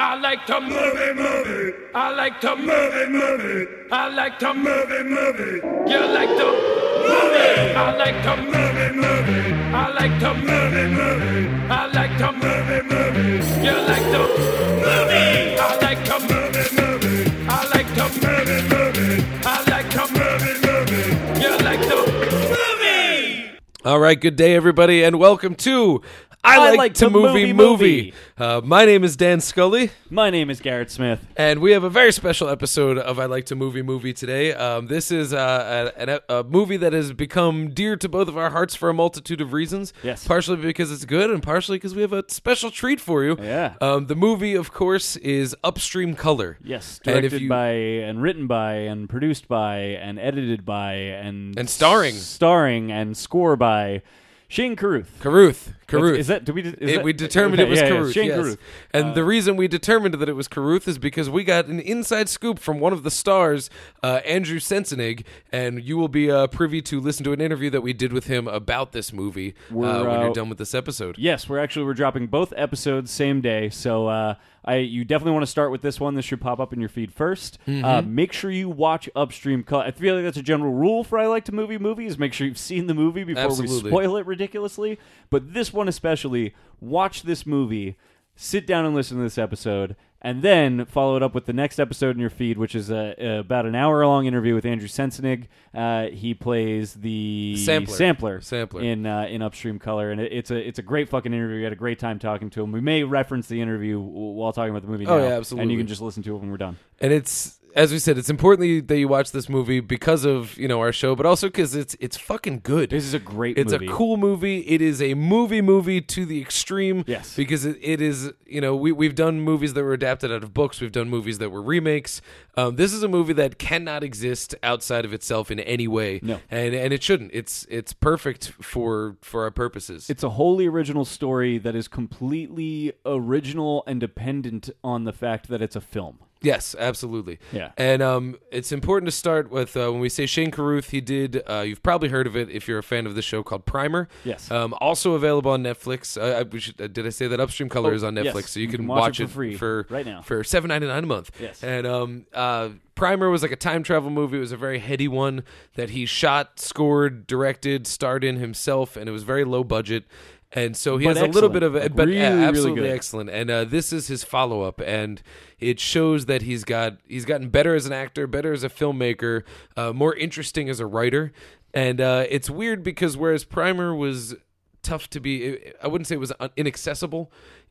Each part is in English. I like to move it, move it. I like to move it, move it. I like to move it, move it. You like to move it. I like to move it, move it. I like to move it, move it. I like to move it, move it. You like to move it. I like to move it, move it. I like to move it, move it. I like to move it, move it. You like to move it. All right, good day, everybody, and welcome to I, like, to Movie Movie. Uh, my name is Dan Scully, My name is Garrett Smith. and we have a very special episode of I Like to Movie Movie today. Um, this is uh, a, an- a movie that has become dear to both of our hearts for a multitude of reasons. Yes. Partially because it's good, and partially because we have a special treat for you. Yeah. Um, the movie, of course, is Upstream Color. Yes, And if directed you- by and written by and produced by and edited by and And starring. starring and score by Shane Carruth. Carruth. Carruth. Is that? Do we? Is It, that- we determined okay, it was yeah, yeah, Carruth. Shane yes. Uh, Carruth. And the reason we determined that it was Carruth is because we got an inside scoop from one of the stars, uh, Andrew Sensenig, and you will be uh, privy to listen to an interview that we did with him about this movie uh, when We're, uh, you're done with this episode. Yes, we're actually we're dropping both episodes same day, so uh, I you definitely want to start with this one. This should pop up in your feed 1st Uh, Mm-hmm. make sure you watch Upstream Color. I feel like that's a general rule for I like to movie movies. Make sure you've seen the movie before we Absolutely. spoil it ridiculously. But this one especially, watch this movie, sit down and listen to this episode. And then follow it up with the next episode in your feed, which is a, a, about an hour-long interview with Andrew Sensenig. Uh, he plays the Sampler. sampler, Sampler. in in uh, in Upstream Color, and it, it's a it's a great fucking interview. We had a great time talking to him. We may reference the interview w- while talking about the movie. Oh, now, yeah, absolutely. And you can just listen to it when we're done. and it's as we said, it's important that you watch this movie because of you know our show, but also because it's it's fucking good. This is a great. It's movie. a cool movie. It is a movie movie to the extreme. Yes. Because it, it is, you know, we, we've done movies that were adapted out of books. We've done movies that were remakes. Um, this is a movie that cannot exist outside of itself in any way. No. And and it shouldn't. It's it's perfect for for our purposes. It's a wholly original story that is completely original and dependent on the fact that it's a film. Yes, absolutely. Yeah. And um, it's important to start with uh, when we say Shane Carruth, he did, uh, you've probably heard of it if you're a fan of the show called Primer. Yes. Um, also available on Netflix. Uh, I, we should, uh, did I say that Upstream Color Oh, is on Netflix? yes. So you can, watch, it for free right now. for seven ninety nine a month. Yes. And um, uh, Primer was like a time travel movie. It was a very heady one that he shot, scored, directed, starred in himself, and it was very low budget. And so he But has a little excellent. bit of it, Like, but really, yeah, really absolutely good. excellent. And uh, this is his follow up, and it shows that he's got he's gotten better as an actor, better as a filmmaker, uh, more interesting as a writer. And uh, it's weird because whereas Primer was tough to be, I wouldn't say it was un- inaccessible.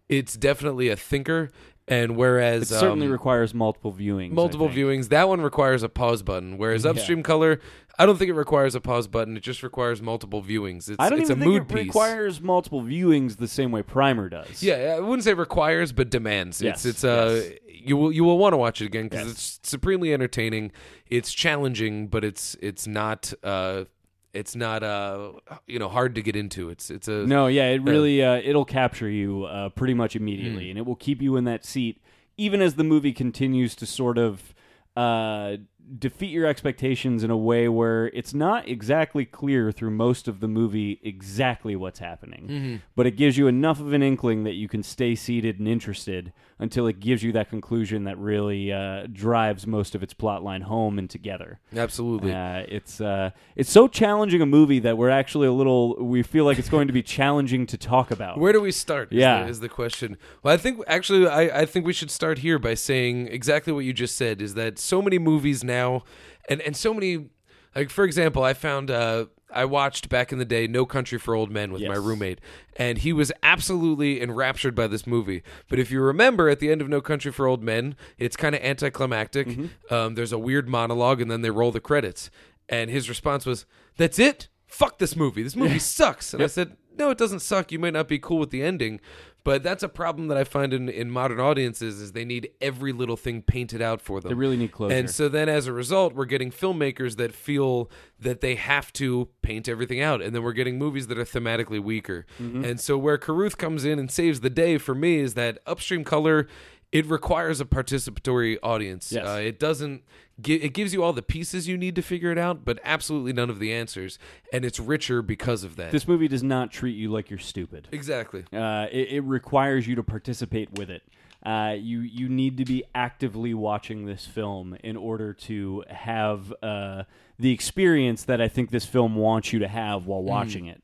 It's definitely a thinker, and whereas It certainly um, requires multiple viewings. I multiple think. viewings, that one requires a pause button. Whereas Upstream Color, I don't think it requires a pause button. It just requires multiple viewings. It's, I don't it's even a think mood it piece. requires multiple viewings the same way Primer does. Yeah, I wouldn't say requires, but demands. Yes, it's it's uh, yes. you will you will want to watch it again because Yes. it's supremely entertaining. It's challenging, but it's it's not uh, it's not uh, you know hard to get into. It's it's a No, yeah, it really uh, it'll capture you uh, pretty much immediately, and it will keep you in that seat even as the movie continues to sort of uh, defeat your expectations in a way where it's not exactly clear through most of the movie exactly what's happening, but it gives you enough of an inkling that you can stay seated and interested until it gives you that conclusion that really uh, drives most of its plot line home and together. absolutely. Uh, it's uh, it's so challenging a movie that we're actually a little we feel like it's going to be challenging to talk about. Where do we start? is Yeah. the- is the question. Well, I think actually, I, I think we should start here by saying exactly what you just said. Is that so many movies now, and and so many, like for example, I found uh, I watched back in the day No Country for Old Men with my Yes. roommate, and he was absolutely enraptured by this movie. But if you remember, at the end of No Country for Old Men, it's kind of anticlimactic. Mm-hmm. Um, there's a weird monologue, and then they roll the credits, and his response was, "That's it." Fuck this movie. This movie sucks. And I said, no, it doesn't suck. You might not be cool with the ending, but that's a problem that I find in, in modern audiences is they need every little thing painted out for them. They really need closure. And so then as a result, we're getting filmmakers that feel that they have to paint everything out, and then we're getting movies that are thematically weaker. Mm-hmm. And so where Carruth comes in and saves the day for me is that upstream color. It requires a participatory audience. Yes. Uh, it doesn't. Gi- it gives you all the pieces you need to figure it out, but absolutely none of the answers. And it's richer because of that. This movie does not treat you like you're stupid. exactly. Uh, it, it requires you to participate with it. Uh, you you need to be actively watching this film in order to have uh, the experience that I think this film wants you to have Hmm. while watching it.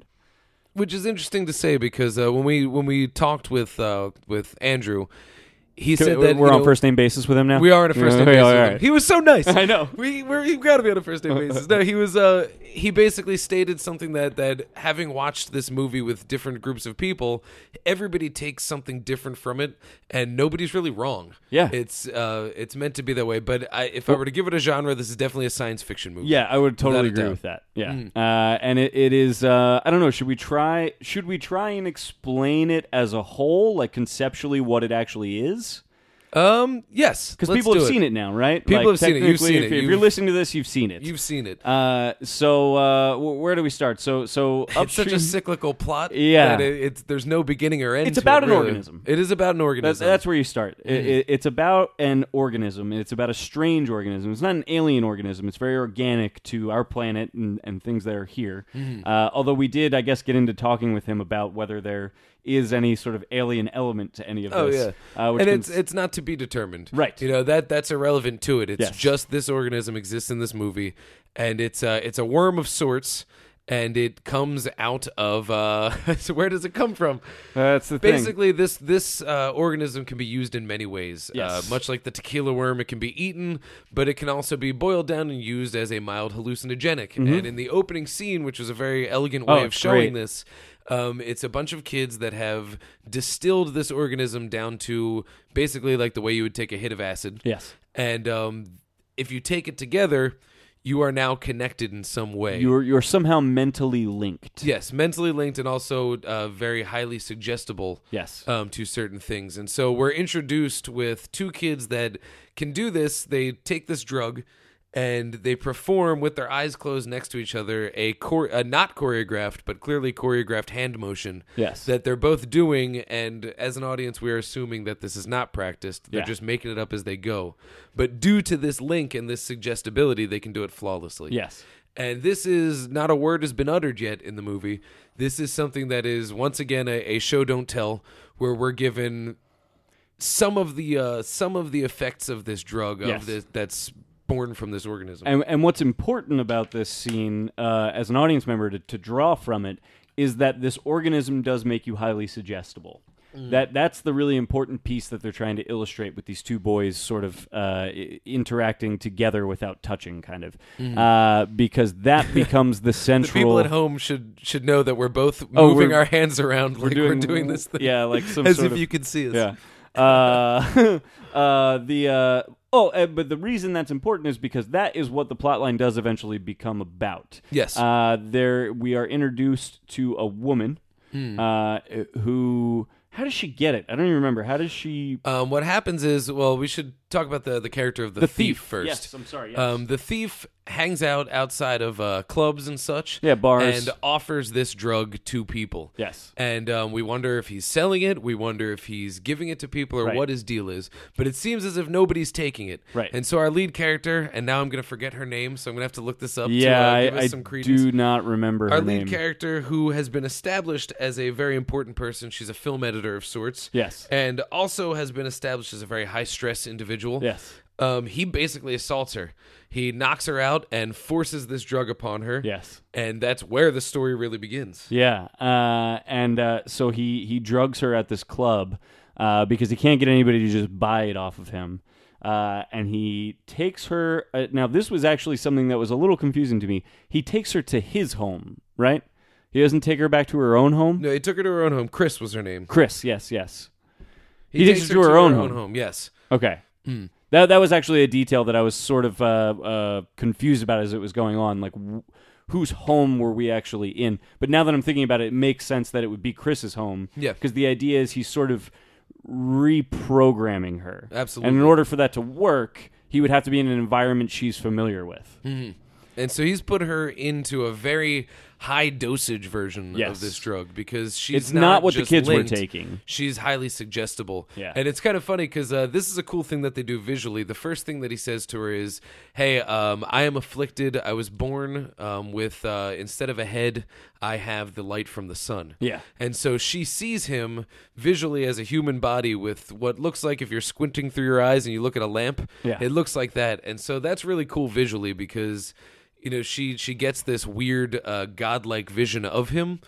which is interesting to say because uh, when we when we talked with uh, with Andrew, he Can- said that we're you on know, first name basis with him now. We are on a first name Okay, basis. all with right. him. He was so nice. I know. We we're, we've got to be on a first name basis. No, he was. Uh, he basically stated something that that having watched this movie with different groups of people, everybody takes something different from it, and nobody's really wrong. Yeah. it's uh, it's meant to be that way. But I, if I were to give it a genre, this is definitely a science fiction movie. Yeah, I would totally Without a agree doubt. Mm. with that. Yeah, uh, and it, it is. Uh, I don't know. Should we try? Should we try and explain it as a whole, like conceptually, what it actually is? Um. Yes, Because let's people have do seen it now, right? People have seen it. You've technically, seen if, it. If you're You've- listening to this, you've seen it. You've seen it. Uh, so uh, wh- where do we start? So so it's such a upstream- cyclical plot. Yeah. that it, it's there's no beginning or end. It's to about it, an really. organism. It is about an That's, organism. that's where you start. I- Mm. I- it's about an organism. and It's about a strange organism. It's not an alien organism. It's very organic to our planet and, and things that are here. Mm. Uh, although we did, I guess, get into talking with him about whether there is any sort of alien element to any of Oh this. yeah, uh, which and can- it's it's not to be determined, Right. You know that that's irrelevant to it. It's Yes. just this organism exists in this movie, and it's uh, it's a worm of sorts, and it comes out of uh, so where does it come from? that's the thing. Basically, this this uh, organism can be used in many ways. Uh, Yes. much like the tequila worm, it can be eaten, but it can also be boiled down and used as a mild hallucinogenic. And in the opening scene, which is a very elegant way Mm-hmm. Oh, of it's showing great. this, um, it's a bunch of kids that have distilled this organism down to basically like the way you would take a hit of acid. Yes. And um, if you take it together, you are now connected in some way. You're you're somehow mentally linked. Yes, mentally linked and also uh, very highly suggestible Yes. um, to certain things. And so we're introduced with two kids that can do this. They take this drug and they perform with their eyes closed next to each other a, chor- a not choreographed but clearly choreographed hand motion Yes. that they're both doing and as an audience we're assuming that this is not practiced they're Yeah. just making it up as they go but due to this link and this suggestibility they can do it flawlessly Yes. and this is not a word has been uttered yet in the movie. This is something that is once again a, a show don't tell, where we're given some of the uh, some of the effects of this drug of Yes. this, that's born from this organism. And, and what's important about this scene, uh, as an audience member to, to draw from it, is that this organism does make you highly suggestible. Mm. That that's the really important piece that they're trying to illustrate with these two boys sort of uh, i- interacting together without touching, kind of, uh, because that becomes the Mm. the central. people at home should should know that we're both Oh, moving we're- our hands around like we're doing this thing yeah, like some as sort if of, you could see us. yeah. Uh, uh, the uh, oh, uh, but the reason that's important is because that is what the plot line does eventually become about. Yes. Uh, there we are introduced to a woman Hmm. uh, who. How does she get it? I don't even remember. How does she? Um, what happens is, well, we should talk about the, the character of the, thief, first. Yes, I'm sorry, yes. Um, the thief hangs out outside of uh, clubs and such. Yeah, bars. And offers this drug to people. Yes. And um, we wonder if he's selling it. We wonder if he's giving it to people or Right. what his deal is. But it seems as if nobody's taking it. Right. And so our lead character, and now I'm going to forget her name, so I'm going to have to look this up. yeah, to, uh, give I, us I some credence. do not remember Our her lead name. character, who has been established as a very important person, she's a film editor of sorts. Yes. And also has been established as a very high stress individual. Yes. Um, he basically assaults her. He knocks her out and forces this drug upon her. Yes. And that's where the story really begins. Yeah, uh, and uh, so he he drugs her at this club uh, because he can't get anybody to just buy it off of him. Uh, and he takes her. Uh, now, this was actually something that was a little confusing to me. He takes her to his home, right? He doesn't take her back to her own home. No, he took her to her own home. Chris was her name. Chris, yes, yes. He takes takes her to her own home. Yes. Okay. Hmm. That that was actually a detail that I was sort of uh, uh, confused about as it was going on. Like, w- whose home were we actually in? But now that I'm thinking about it, it makes sense that it would be Chris's home. Yeah. Because the idea is he's sort of reprogramming her. Absolutely. And in order for that to work, he would have Hmm. to be in an environment she's familiar with. And so he's put her into a very high dosage version of Yes. this drug because she's It's not what the just kids were linked. taking. She's highly suggestible. Yeah. And it's kind of funny because uh, this is a cool thing that they do visually. The first thing that he says to her is, Hey, um, I am afflicted. I was born um, with, uh, instead of a head, I have the light from the sun. Yeah. And so she sees him visually as a human body with what looks like if you're squinting through your eyes and you look at a lamp, Yeah. it looks like that. And so that's really cool visually because you know she she gets this weird uh, godlike vision of him.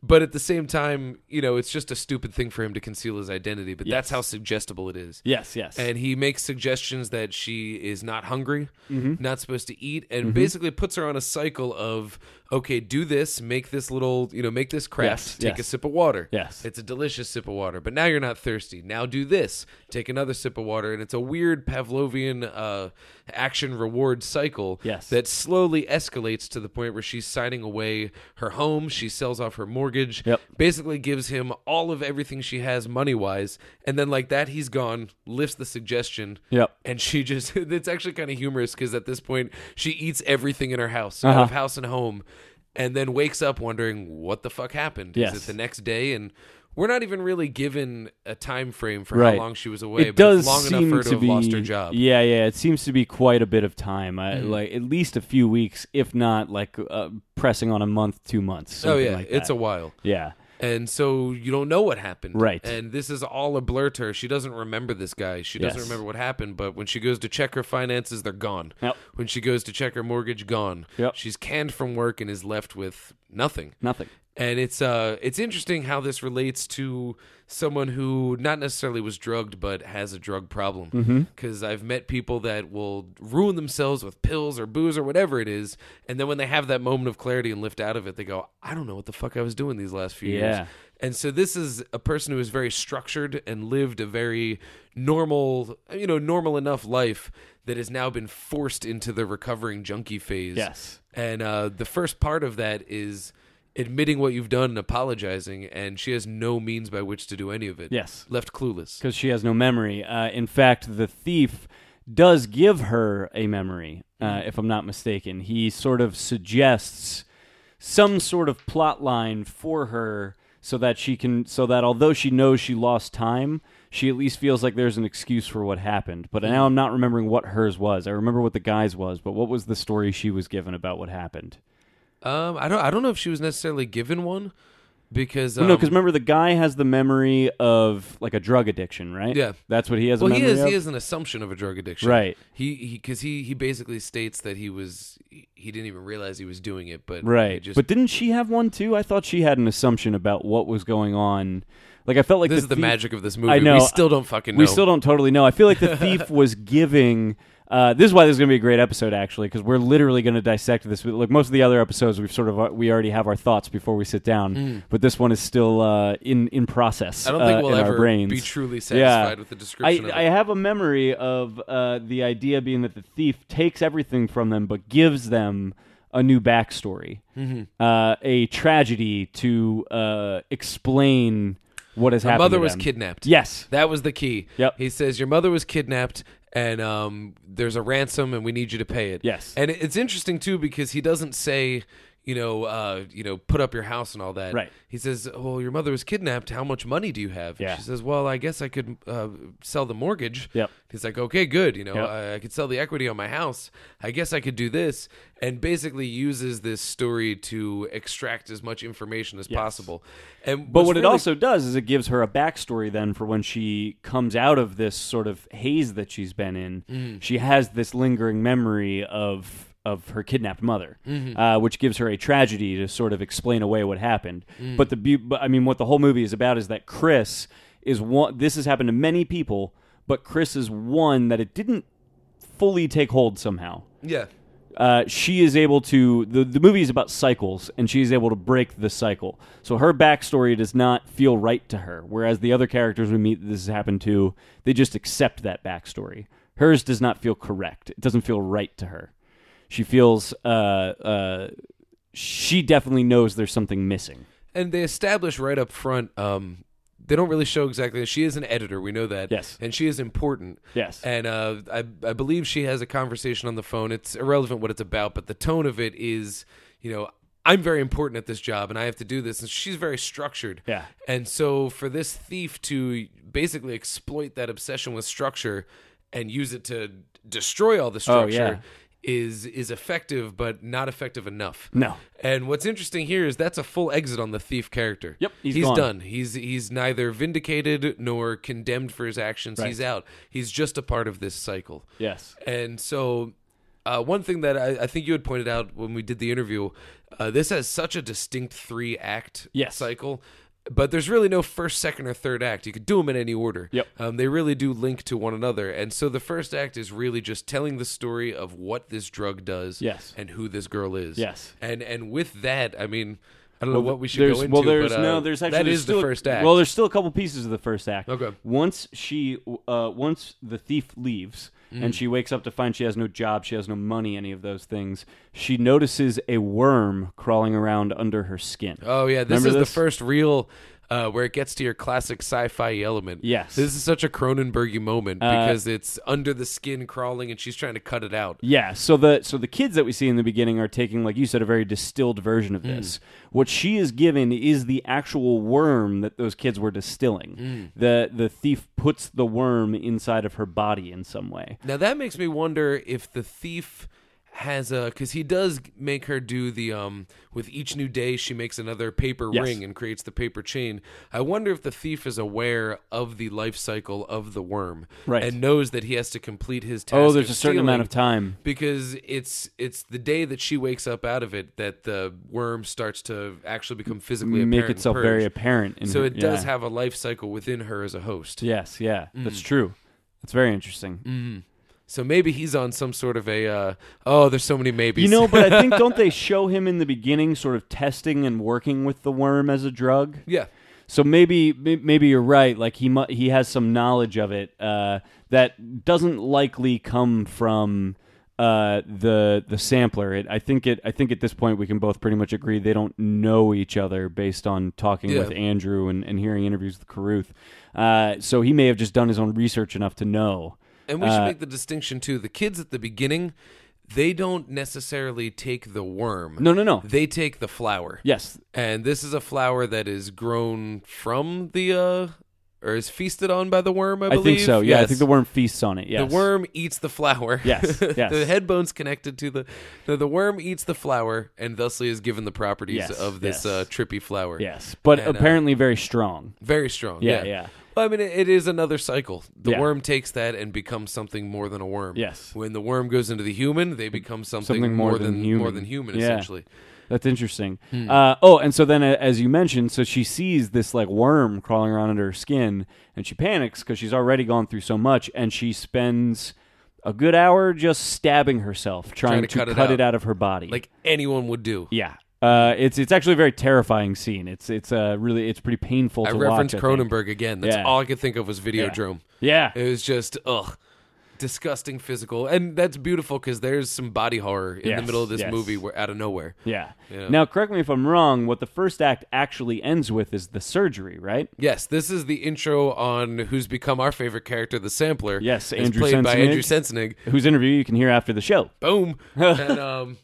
But at the same time, you know, it's just a stupid thing for him to conceal his identity, but that's Yes. how suggestible it is. Yes, yes. And he makes suggestions that she is not hungry, Mm-hmm. not supposed to eat, and basically puts her on a cycle of okay, do this, make this little, you know, make this craft, Yes, take a yes. sip of water. Yes. It's a delicious sip of water, but now you're not thirsty. Now do this, take another sip of water, and it's a weird Pavlovian uh, action reward cycle Yes. that slowly escalates to the point where she's signing away her home, she sells off her mortgage, Yep. basically gives him all of everything she has money wise, and then like that he's gone, lifts the suggestion. Yep. And she just it's actually kind of humorous because at this point she eats everything in her house, Uh-huh. out of house and home, and then wakes up wondering what the fuck happened. Yes. Is it the next day? And we're not even really given a time frame for Right. how long she was away, it but does it's long seem enough for her to, be, have lost her job. Hmm. Yeah, yeah. It seems to be quite a bit of time. I, Like at least a few weeks, if not like uh, pressing on a month, two months. oh something yeah, like it's that. a while. yeah. And so you don't know what happened. Right. And this is all a blur to her. She doesn't remember this guy. She doesn't Yes. remember what happened. But when she goes to check her finances, they're gone. Yep. When she goes to check her mortgage, gone. Yep. She's canned from work and is left with nothing. Nothing. And it's uh it's interesting how this relates to someone who not necessarily was drugged but has a drug Mm-hmm. problem. Because I've met people that will ruin themselves with pills or booze or whatever it is, and then when they have that moment of clarity and lift out of it, they go, "I don't know what the fuck I was doing these last few Yeah. years." And so this is a person who is very structured and lived a very normal, you know, normal enough life that has now been forced into the recovering junkie phase. Yes. And uh, the first part of that is admitting what you've done and apologizing, and she has no means by which to do any of it. Yes. Left clueless. because she has no memory. Uh, in fact, the thief does give her a memory, uh, Mm-hmm. if I'm not mistaken. He sort of suggests some sort of plot line for her so that she can, so that although she knows she lost time, she at least feels like there's an excuse for what happened. But Mm-hmm. now I'm not remembering what hers was. I remember what the guy's was, but what was the story she was given about what happened? Um, I don't. I don't know if she was necessarily given one, because um, no, because remember the guy has the memory of like a drug addiction, right? Yeah. that's what he has. well, a he memory has of? he has an assumption of a drug addiction, Right. He because he, he basically states that he was he didn't even realize he was doing it, but he Right. just but didn't she have one too? I thought she had an assumption about what was going on. Like I felt like this the is the thief- magic of this movie. I know. we still don't fucking know. We still don't totally know. I feel like the thief was giving. Uh, this is why this is going to be a great episode, actually, because we're literally going to dissect this. Like most of the other episodes, we've sort of uh, we already have our thoughts before we sit down, but this one is still uh, in in process. Hmm. I don't think uh, we'll in our ever brains. be truly satisfied with the I, description. of I it. have a memory of uh, the idea being that the thief takes everything from them, but gives them a new backstory, Mm-hmm. uh, a tragedy to uh, explain what has happened. Mother to was them. kidnapped. Yes, That was the key. Yep. He says your mother was kidnapped and um, there's a ransom and we need you to pay it. Yes. And it- it's interesting too because he doesn't say, you know, uh, you know, put up your house and all that. Right. He says, "Well, your mother was kidnapped. How much money do you have?" And Yeah. She says, "Well, I guess I could uh, sell the mortgage." Yep. He's like, "Okay, good. You know, Yep. I, I could sell the equity on my house. I guess I could do this." And basically uses this story to extract as much information as possible. And but what's what it really also does is it gives her a backstory then for when she comes out of this sort of haze that she's been in. She has this lingering memory of of her kidnapped mother, uh, which gives her a tragedy to sort of explain away what happened. But the be- but, I mean, what the whole movie is about is that Chris is one. This has happened to many people, but Chris is one that it didn't fully take hold somehow Yeah. uh, she is able to the, the movie is about cycles and she is able to break the cycle so her backstory does not feel right to her whereas the other characters we meet that this has happened to they just accept that backstory hers does not feel correct it doesn't feel right to her she feels uh, uh, she definitely knows there's something missing and they establish right up front um they don't really show exactly she is an editor we know that Yes. and she is important Yes. and uh I, I believe she has a conversation on the phone it's irrelevant what it's about but the tone of it is you know I'm very important at this job and I have to do this. And she's very structured. Yeah. And so for this thief to basically exploit that obsession with structure and use it to destroy all the Oh, structure yeah. is is effective but not effective enough. No. And what's interesting here is that's a full exit on the thief character. Yep, he's he's gone. done. He's he's neither vindicated nor condemned for his actions. He's out. He's just a part of this cycle. Yes. And so, uh, one thing that I, I think you had pointed out when we did the interview, uh, this has such a distinct three act Yes. cycle. But there's really no first, second, or third act. You could do them in any order. Yep. Um, they really do link to one another. And so the first act is really just telling the story of what this drug does Yes. and who this girl is. Yes. And and with that, I mean, I don't know what we should there's, go into. Well, there's but, uh, no, there's actually that there's is still the a- first act. Well, there's still a couple pieces of the first act. Okay. Once she, uh, once the thief leaves Mm. and she wakes up to find she has no job, she has no money, any of those things, she notices a worm crawling around under her skin. Oh yeah, this Remember is this? the first real uh, where it gets to your classic sci-fi element. Yes. Uh, this is such a Cronenbergy moment because it's under the skin crawling, and she's trying to cut it out. Yeah, so the so the kids that we see in the beginning are taking, like you said, a very distilled version of Mm. this. What she is given is the actual worm that those kids were distilling. Mm. The the thief puts the worm inside of her body in some way. Now that makes me wonder if the thief has a because he does make her do the um with each new day she makes another paper Yes. ring and creates the paper chain i wonder if the thief is aware of the life cycle of the worm Right. and knows that he has to complete his task Oh, there's of a certain stealing. amount of time. because it's it's the day that she wakes up out of it that the worm starts to actually become physically Make apparent and itself purge. very apparent. In So her- it does yeah. have Mm. a life cycle within her as a host. Yes, yeah, that's true. That's very interesting. Mm. So maybe he's on some sort of a uh, oh, there's so many maybes. You know, but I think don't they show him in the beginning, sort of testing and working with the worm as a drug? yeah, So maybe may- maybe you're right. Like he mu- he has some knowledge of it uh, that doesn't likely come from uh, the the sampler. It, I think it. I think at this point we can both pretty much agree they don't know each other based on talking Yeah. with Andrew and, and hearing interviews with Caruth. Uh, so he may have just done his own research enough to know. and we Uh, should make the distinction too. The kids at the beginning, they don't necessarily take the worm. No, no, no. they take the flower. Yes, and this is a flower that is grown from the uh, or is feasted on by the worm. I, I, believe. think so. Yeah, I Yes. think the worm feasts on it. Yes, The worm eats the flower. Yes, yes. the head bone's connected to the, the the worm eats the flower and thusly is given the properties Yes, of this yes. uh, trippy flower. Yes, but And, uh, apparently very strong. Very strong. Yeah, Yeah, yeah. Well, I mean, it, it is another cycle. The Yeah. worm takes that and becomes something more than a worm. Yes. When the worm goes into the human, they become something, Something more than human. more than human Yeah. essentially. That's interesting. Hmm. Uh, oh, and so then, a- as you mentioned, so she sees this like worm crawling around under her skin, and she panics because she's already gone through so much, and she spends a good hour just stabbing herself, trying, to to, cut, cut it it, out. out of her body. Like anyone would do. yeah, uh, it's it's actually a very terrifying scene. It's it's uh, really it's pretty painful. I to reference watch, I think. Cronenberg again. That's Yeah. all I could think of was Videodrome. Yeah, It was just ugh, disgusting physical, and that's beautiful because there's some body horror in Yes, the middle of this yes. movie where, out of nowhere. yeah. Yeah. Now, correct me if I'm wrong. What the first act actually ends with is the surgery, right? Yes, this is the intro on who's become our favorite character, the Sampler. Yes, It's Andrew played by Sensenig. Andrew Sensenig. Whose interview you can hear after the show. Boom. and um,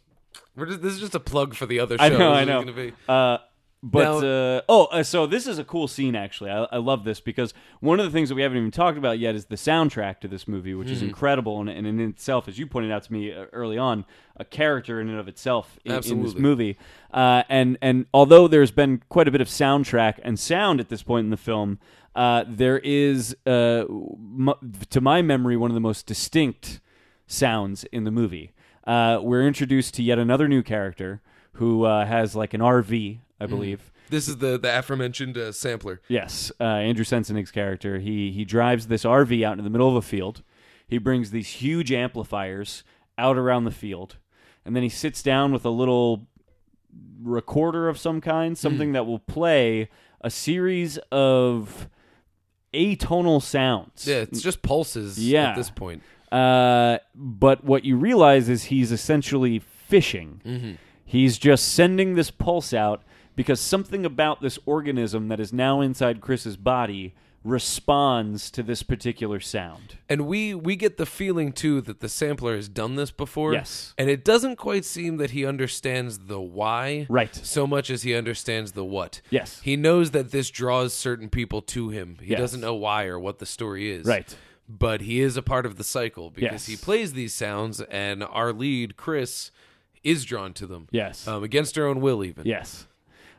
we're just, this is just a plug for the other show. I know, This I is know. gonna be- Uh, but Now- uh, oh, uh, so this is a cool scene actually. I, I love this because one of the things that we haven't even talked about yet is the soundtrack to this movie, which is Hmm. incredible and, and in itself, as you pointed out to me uh, early on, a character in and of itself in, in this Absolutely. movie. Uh, and and although there's been quite a bit of soundtrack and sound at this point in the film, uh, there is, uh, mu to my memory, one of the most distinct sounds in the movie. Uh, we're introduced to yet another new character who uh, has like an RV, I believe. this is the the aforementioned uh, Sampler. Yes, uh, Andrew Sensenig's character. He he drives this RV out into the middle of a field. He brings these huge amplifiers out around the field, and then he sits down with a little recorder of some kind, something that will play a series of atonal sounds. Yeah, it's just pulses Mm. Yeah. at this point. Uh, but what you realize is he's essentially fishing. He's just sending this pulse out because something about this organism that is now inside Chris's body responds to this particular sound. And we we get the feeling too that the sampler has done this before. Yes. And it doesn't quite seem that he understands the why Right. so much as he understands the what. Yes. He knows that this draws certain people to him. He Yes. doesn't know why or what the story is. Right. But he is a part of the cycle because Yes. he plays these sounds and our lead, Chris, is drawn to them. Yes. Um, against her own will even. Yes.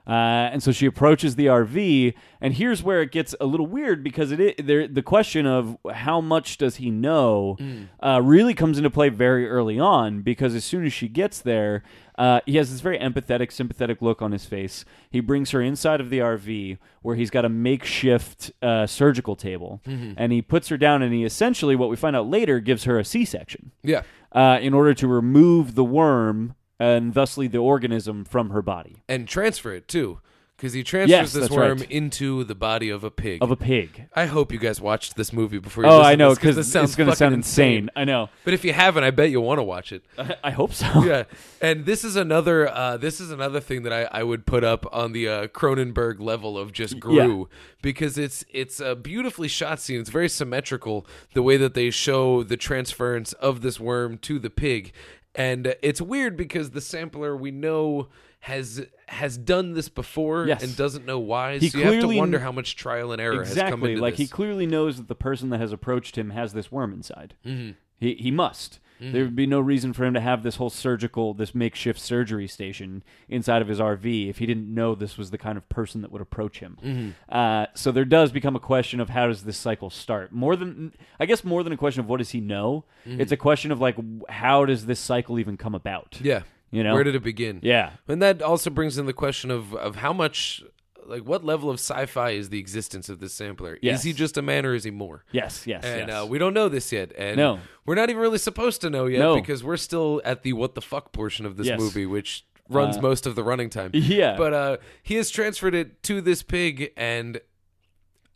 Uh, and so she approaches the RV, and here's where it gets a little weird because it, i there, the question of how much does he know uh, really comes into play very early on because as soon as she gets there, uh, he has this very empathetic, sympathetic look on his face. He brings her inside of the RV where he's got a makeshift uh, surgical table, and he puts her down, and he essentially, what we find out later, gives her a C section Yeah. uh, in order to remove the worm and thusly the organism from her body. And transfer it too. Because he transfers Yes, this that's worm right. into the body of a pig. of a pig. I hope you guys watched this movie before. you Oh, listen I to know this, because this it's sounds going to sound fucking insane. I know. But if you haven't, I bet you want to watch it. I hope so. Yeah, and this is another uh, this is another thing that I, I would put up on the uh, Cronenberg level of just grew because it's it's a beautifully shot scene. It's very symmetrical the way that they show the transference of this worm to the pig, and uh, it's weird because the sampler we know has has done this before Yes. and doesn't know why. He so you have to clearly- wonder how much trial and error has come Exactly. into Like this. he clearly knows that the person that has approached him has this worm inside. Mm-hmm. He he must. Mm-hmm. There would be no reason for him to have this whole surgical, this makeshift surgery station inside of his RV if he didn't know this was the kind of person that would approach him. Mm-hmm. Uh, so there does become a question of how does this cycle start? More than, I guess, more than a question of what does he know. Mm-hmm. It's a question of like w- how does this cycle even come about? yeah, You know. where did it begin? yeah. And that also brings in the question of of how much like what level of sci-fi is the existence of this sampler? Is Yes. he just a man or is he more? Yes. Yes. And yes. uh, we don't know this yet, and No. we're not even really supposed to know yet No. because we're still at the what the fuck portion of this Yes. Uh, movie, which runs most of the running time. Yeah. But uh, he has transferred it to this pig, and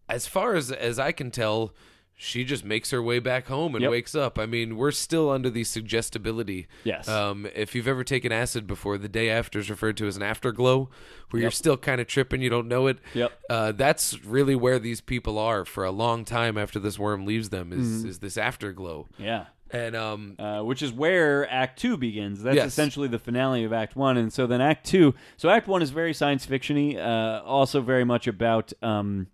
as far as as I can tell, she just makes her way back home and Yep. wakes up. I mean, we're still under the suggestibility. Yes. Um, if you've ever taken acid before, the day after is referred to as an afterglow, where you're still kind of tripping, you don't know it. Yep. Uh, that's really where these people are for a long time after this worm leaves them. Is is this afterglow? yeah. And um, uh, which is where Act Two begins. That's Yes. essentially the finale of Act One, and so then Act Two. So Act One is very science fictiony, uh, also very much about um,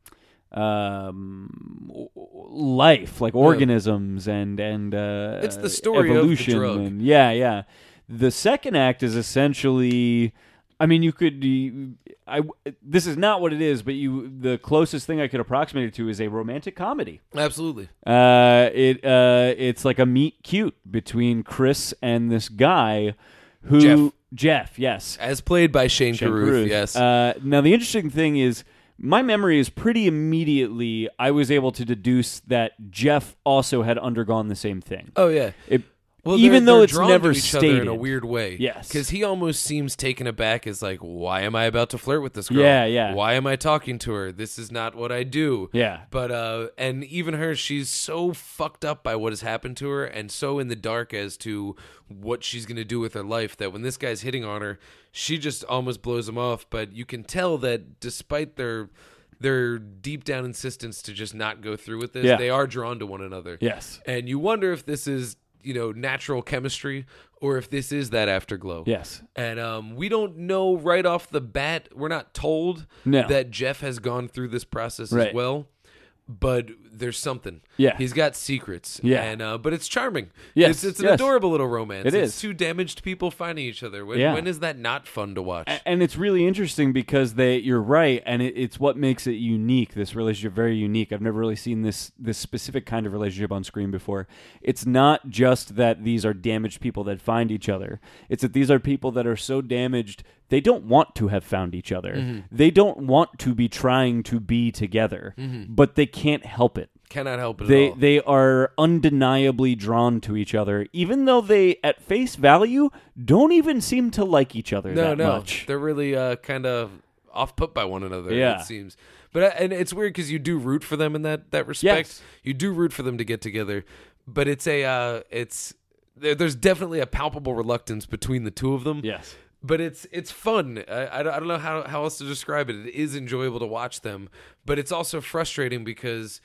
um, o- o- life, like organisms, and and uh, It's the story of the evolution drug. and- yeah, yeah. The second act is essentially. I mean, you could. you- I. This is not what it is, but you. The closest thing I could approximate it to is a romantic comedy. absolutely. Uh, it uh, it's like a meet cute between Chris and this guy who Jeff. Jeff, yes, As played by Shane, Jeff Carruth, Ruth. yes. Uh, now the interesting thing is. My memory is pretty immediately. I was able to deduce that Jeff also had undergone the same thing. oh yeah. It, Well, even they're- though they're it's drawn never to each stated other in a weird way, Yes. because he almost seems taken aback as like, why am I about to flirt with this girl? Yeah, yeah. Why am I talking to her? This is not what I do. Yeah. But uh, and even her, she's so fucked up by what has happened to her, and so in the dark as to what she's gonna do with her life that when this guy's hitting on her, she just almost blows him off. But you can tell that despite their their deep down insistence to just not go through with this, Yeah. they are drawn to one another Yes, and you wonder if this is you know natural chemistry or if this is that afterglow yes, and um, we don't know right off the bat we're not told No. that jeff has gone through this process as Right. well but there's something Yeah. he's got secrets Yeah. and uh, but it's charming Yes, it's, it's an yes. adorable little romance It it's is. two damaged people finding each other when, Yeah. Eh. when is that not fun to watch A- and it's really interesting because they you're right and it, it's what makes it unique this relationship very unique i've never really seen this this specific kind of relationship on screen before it's not just that these are damaged people that find each other it's that these are people that are so damaged they don't want to have found each other Mm-hmm. they don't want to be trying to be together but they can't help it cannot help it they Mm-hmm. at all they are undeniably drawn to each other even though they at face value don't even seem to like each other no, that no, much they're really uh, kind of off put by one another. Yeah. it seems. But I- and it's weird because you do root for them in that that respect. Yes. You do root for them to get together, but it's a uh, it's there, there's definitely a palpable reluctance between the two of them. Yes. but it's it's fun. I, I don't I don't know how, how else to describe it. It is enjoyable to watch them, but it's also frustrating because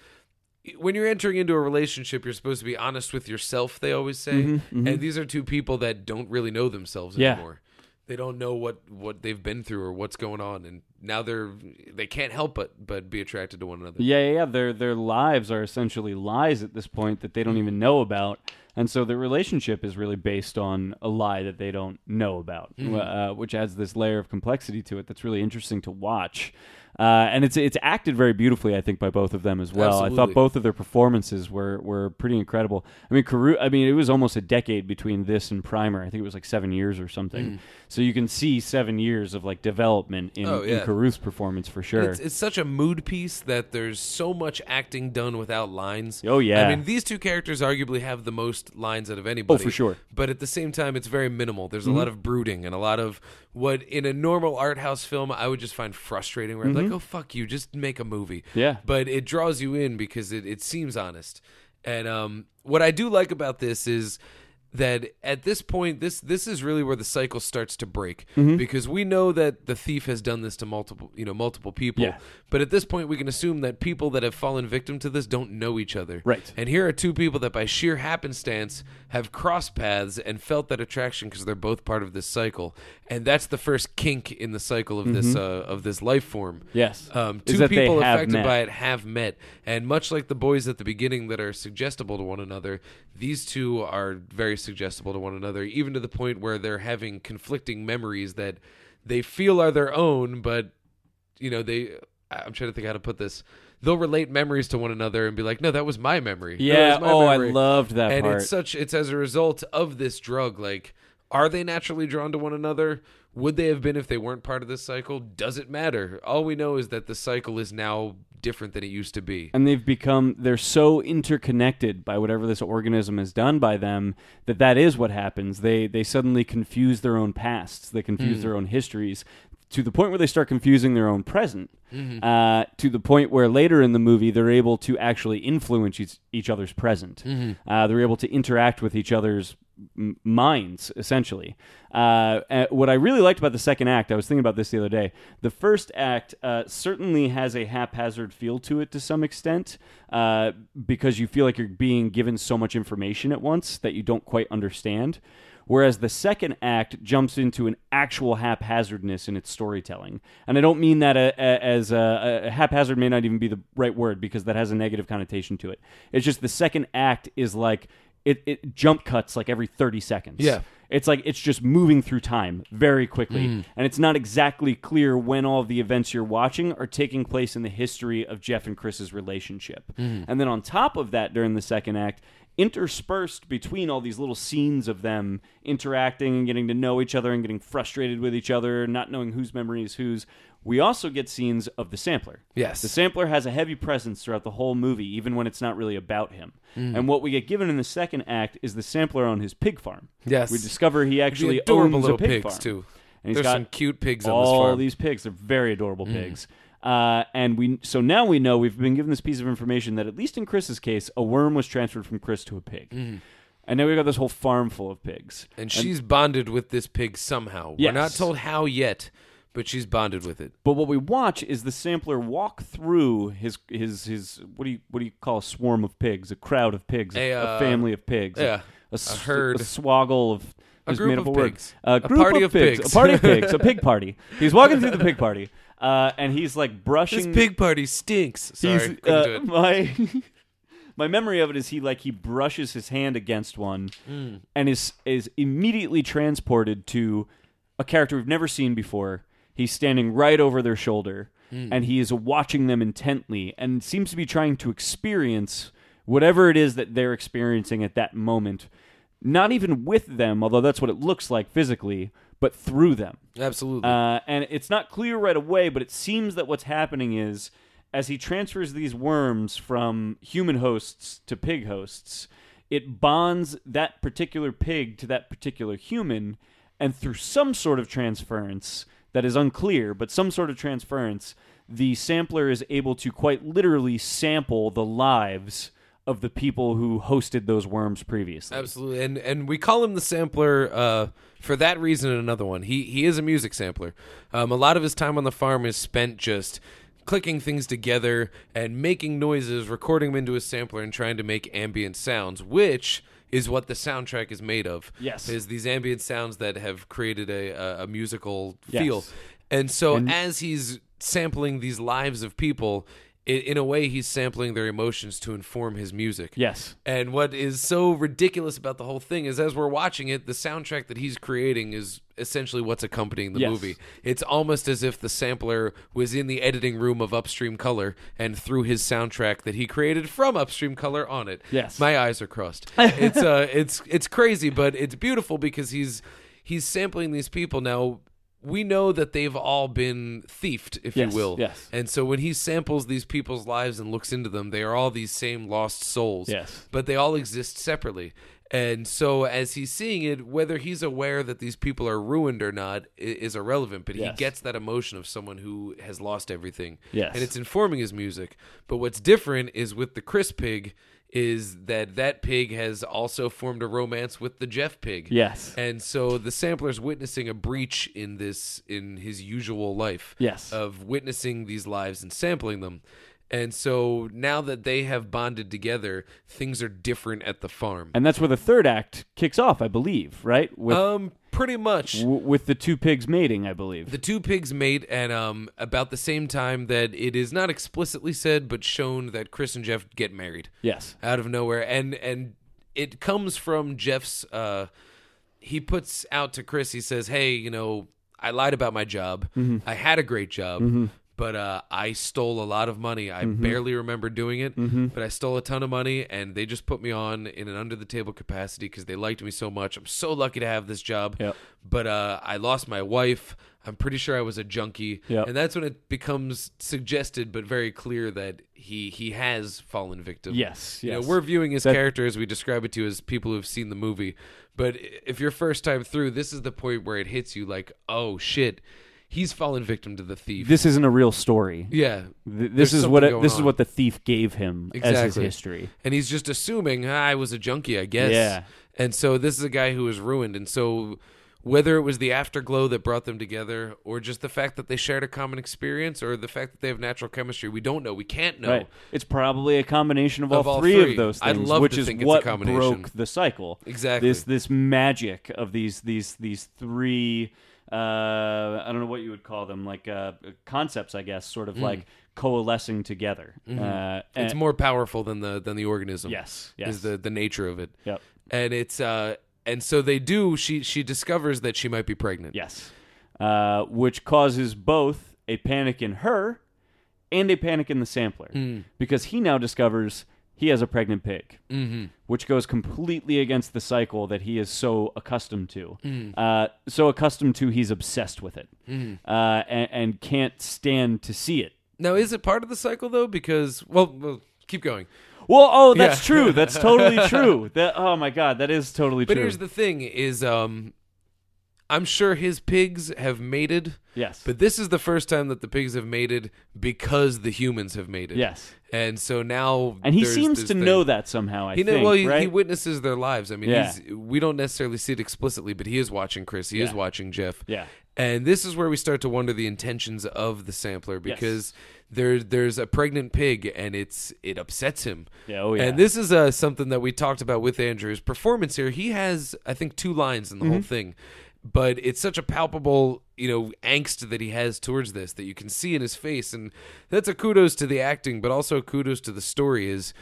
when you're entering into a relationship, you're supposed to be honest with yourself. They always say, and these are two people that don't really know themselves Yeah. anymore. They don't know what what they've been through or what's going on, and now they're they can't help but but be attracted to one another. Yeah, yeah, yeah. Their their lives are essentially lies at this point that they don't even know about, and so the relationship is really based on a lie that they don't know about, Hmm. uh, which adds this layer of complexity to it that's really interesting to watch. Uh, and it's it's acted very beautifully, I think, by both of them as well. I Absolutely. thought both of their performances were were pretty incredible. I mean, Caru- I mean, it was almost a decade between this and Primer. I think it was like seven years or Hmm. something. So you can see seven years of like development in, Oh, yeah. in Caruth's performance for sure. It's, it's such a mood piece that there's so much acting done without lines. Oh, yeah. I mean, these two characters arguably have the most lines out of anybody. Oh, for sure. Mm-hmm. But at the same time, it's very minimal. There's a lot of brooding and a lot of what in a normal art house film I would just find frustrating. Where I'm like, oh fuck you, just make a movie. Mm-hmm. Yeah. But it draws you in because it, it seems honest. And um, what I do like about this is that at this point, this this is really where the cycle starts to break Mm-hmm. because we know that the thief has done this to multiple you know multiple people. Yeah. But at this point, we can assume that people that have fallen victim to this don't know each other. Right. And here are two people that, by sheer happenstance, have crossed paths and felt that attraction because they're both part of this cycle. And that's the first kink in the cycle of this uh, Mm-hmm. of this life form. Yes. Um, Is two that they people have affected met. by it have met, and much like the boys at the beginning that are suggestible to one another, these two are very suggestible to one another, even to the point where they're having conflicting memories that they feel are their own, but you know they. I- I'm trying to think how to put this. They'll relate memories to one another and be like, "No, that was my memory." No, that Yeah. was my Oh, I memory." loved that and part. it's uh, such it's as a result of this drug like are they naturally drawn to one another would they have been if they weren't part of this cycle does it matter all we know is that the cycle is now different than it used to be and they've become they're so interconnected by whatever this organism has done by them that that is what happens they they suddenly confuse their own pasts they confuse Hmm. their own histories to the point where they start confusing their own present Mm-hmm. uh, to the point where later in the movie they're able to actually influence each, each other's present Mm-hmm. uh, they're able to interact with each other's m- minds essentially uh, uh, what i really liked about the second act i was thinking about this the other day the first act uh, certainly has a haphazard feel to it to some extent uh, because you feel like you're being given so much information at once that you don't quite understand Whereas the second act jumps into an actual haphazardness in its storytelling. And I don't mean that a, a, as a, a haphazard may not even be the right word because that has a negative connotation to it. It's just the second act is like it, it jump cuts like every 30 seconds. Yeah. It's like it's just moving through time very quickly. And it's not exactly clear when all of the events you're watching are taking place in the history of Jeff and Chris's relationship. And then on top of that, during the second act, interspersed between all these little scenes of them interacting and getting to know each other and getting frustrated with each other, not knowing whose memory is whose, we also get scenes of the sampler. Yes. The sampler has a heavy presence throughout the whole movie, even when it's not really about him. Mm. And what we get given in the second act is the sampler on his pig farm. Yes. We discover he actually the adorable owns little a pig pigs farm. too And he's there's got some cute pigs on this all farm Mm. these pigs. They're very adorable pigs. Uh, and we so now we know we've been given this piece of information that at least in Chris's case, a worm was transferred from Chris to a pig. Mm. And now we've got this whole farm full of pigs. and she's bonded with this pig somehow Yes. we're not told how yet but she's bonded with it But what we watch is the sampler walk through his his his what do you what do you call a swarm of pigs? A crowd of pigs, a, A, a uh, family of pigs, a- yeah, a, s- a herd. a swaggle of. A just group made of up a word. pigs. a A group party of of pigs, pigs. a party of pigs, a pig party. He's walking through the pig party, uh, and he's like brushing. this pig party stinks He's, sorry couldn't uh, do it. my my memory of it is he like he brushes his hand against one Hmm. and is is immediately transported to a character we've never seen before. He's standing right over their shoulder Hmm. and he is watching them intently and seems to be trying to experience whatever it is that they're experiencing at that moment. Not even with them, although that's what it looks like physically, but through them. absolutely Uh, and it's not clear right away, but it seems that what's happening is as he transfers these worms from human hosts to pig hosts, it bonds that particular pig to that particular human, and through some sort of transference that is unclear, but some sort of transference, the sampler is able to quite literally sample the lives of the people who hosted those worms previously. Absolutely, and and we call him the sampler uh, for that reason and another one. He he is a music sampler. Um, a lot of his time on the farm is spent just clicking things together and making noises, recording them into a sampler, and trying to make ambient sounds, which is what the soundtrack is made of. Yes. is these ambient sounds that have created a a, a musical Yes. feel. And so as he's sampling these lives of people. i- In a way, he's sampling their emotions to inform his music. Yes. And what is so ridiculous about the whole thing is as we're watching it, the soundtrack that he's creating is essentially what's accompanying the Yes. movie. It's almost as if the sampler was in the editing room of Upstream Color and threw his soundtrack that he created from Upstream Color on it. Yes. My eyes are crossed. it's uh it's it's crazy, but it's beautiful because he's he's sampling these people now. We know that they've all been thiefed, if Yes, you will. yes. And so when he samples these people's lives and looks into them, they are all these same lost souls Yes. but they all exist separately. And so, as he's seeing it, whether he's aware that these people are ruined or not i- is irrelevant. But Yes. he gets that emotion of someone who has lost everything. Yes. and it's informing his music. But what's different is with the Chris pig is that that pig has also formed a romance with the Jeff pig. Yes. and so the sampler's witnessing a breach in this in his usual life Yes. of witnessing these lives and sampling them. And so now that they have bonded together, things are different at the farm. And that's where the third act kicks off, I believe, right? With Um, pretty much. w- with the two pigs mating, I believe. The two pigs mate at um about the same time that it is not explicitly said but shown that Chris and Jeff get married. yes. out of nowhere and and it comes from jeff's uh he puts out to chris he says hey you know i lied about my job Mm-hmm. i had a great job but uh i stole a lot of money i Mm-hmm. barely remember doing it but i stole a ton of money and they just put me on in an under the table capacity because they liked me so much i'm so lucky to have this job Yep. but uh i lost my wife i'm pretty sure i was a junkie Yep. and that's when it becomes suggested but very clear that he he has fallen victim Yes, you know, yes. we're viewing his That- character as we describe it to you as people who've seen the movie. But i- if you're first time through, this is the point where it hits you like, oh shit, he's fallen victim to the thief. This isn't a real story. yeah. Th- There's this is what something it, going this is on. what the thief gave him as his Exactly. history. And he's just assuming "Ah, I was a junkie, I guess. Yeah. And so this is a guy who was ruined. And so whether it was the afterglow that brought them together or just the fact that they shared a common experience or the fact that they have natural chemistry, we don't know. We can't know. Right. It's probably a combination of, Of all, all three, three. of those I'd things, love which to is think it's a what combination. broke the cycle. Exactly. This this magic of these these these three uh, I don't know what you would call them, like uh, concepts, I guess, sort of like coalescing together. Uh, Mm. Mm-hmm. It's and- more powerful than the than the organism. Yes, yes. Is the, the nature of it. Yep. and it's uh and so they do she she discovers that she might be pregnant Yes. Uh, which causes both a panic in her and a panic in the sampler Hmm. because he now discovers he has a pregnant pig, mm-hmm. which goes completely against the cycle that he is so accustomed to. Hmm. Uh, so accustomed to, he's obsessed with it uh, and, and can't stand to see it. now is it part of the cycle though because well, well keep going Well, oh, that's Yeah. true. That's totally true. That oh my god, that is totally but true. here's the thing is um i'm sure his pigs have mated yes, but this is the first time that the pigs have mated because the humans have mated yes, and so now and he there's seems this to thing. know that somehow. I he kn- think. well he, right? he witnesses their lives i mean Yeah. he's, we don't necessarily see it explicitly but he is watching chris he is Yeah. watching jeff Yeah. and this is where we start to wonder the intentions of the sampler Yes. because there there's a pregnant pig and it's it upsets him Yeah, oh, yeah. and this is uh, something that we talked about with andrew's performance here he has i think two lines in the whole thing but it's such a palpable you know angst that he has towards this that you can see in his face and that's a kudos to the acting but also kudos to the story is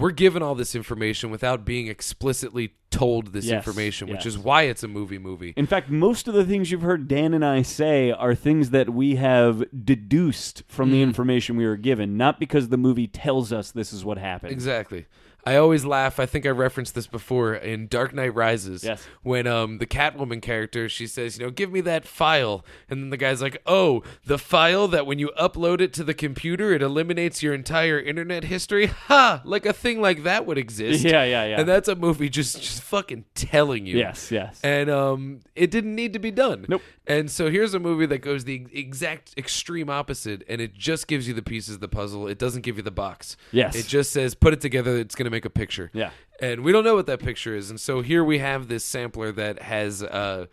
we're given all this information without being explicitly told this Yes, information which yes. is why it's a movie movie In fact, most of the things you've heard Dan and I say are things that we have deduced from Mm. the information we were given, not because the movie tells us this is what happened. Exactly. I always laugh. I think I referenced this before in Dark Knight Rises. Yes. When um the Catwoman character, she says, you know, give me that file, and then the guy's like, oh, the file that when you upload it to the computer, it eliminates your entire internet history. Ha! Like a thing like that would exist. Yeah, yeah, yeah. And that's a movie just just fucking telling you. Yes, yes. And um, it didn't need to be done. Nope. And so here's a movie that goes the exact extreme opposite, and it just gives you the pieces of the puzzle. It doesn't give you the box. Yes. It just says put it together. It's going to make a picture. Yeah. And we don't know what that picture is. And so here we have this sampler that has uh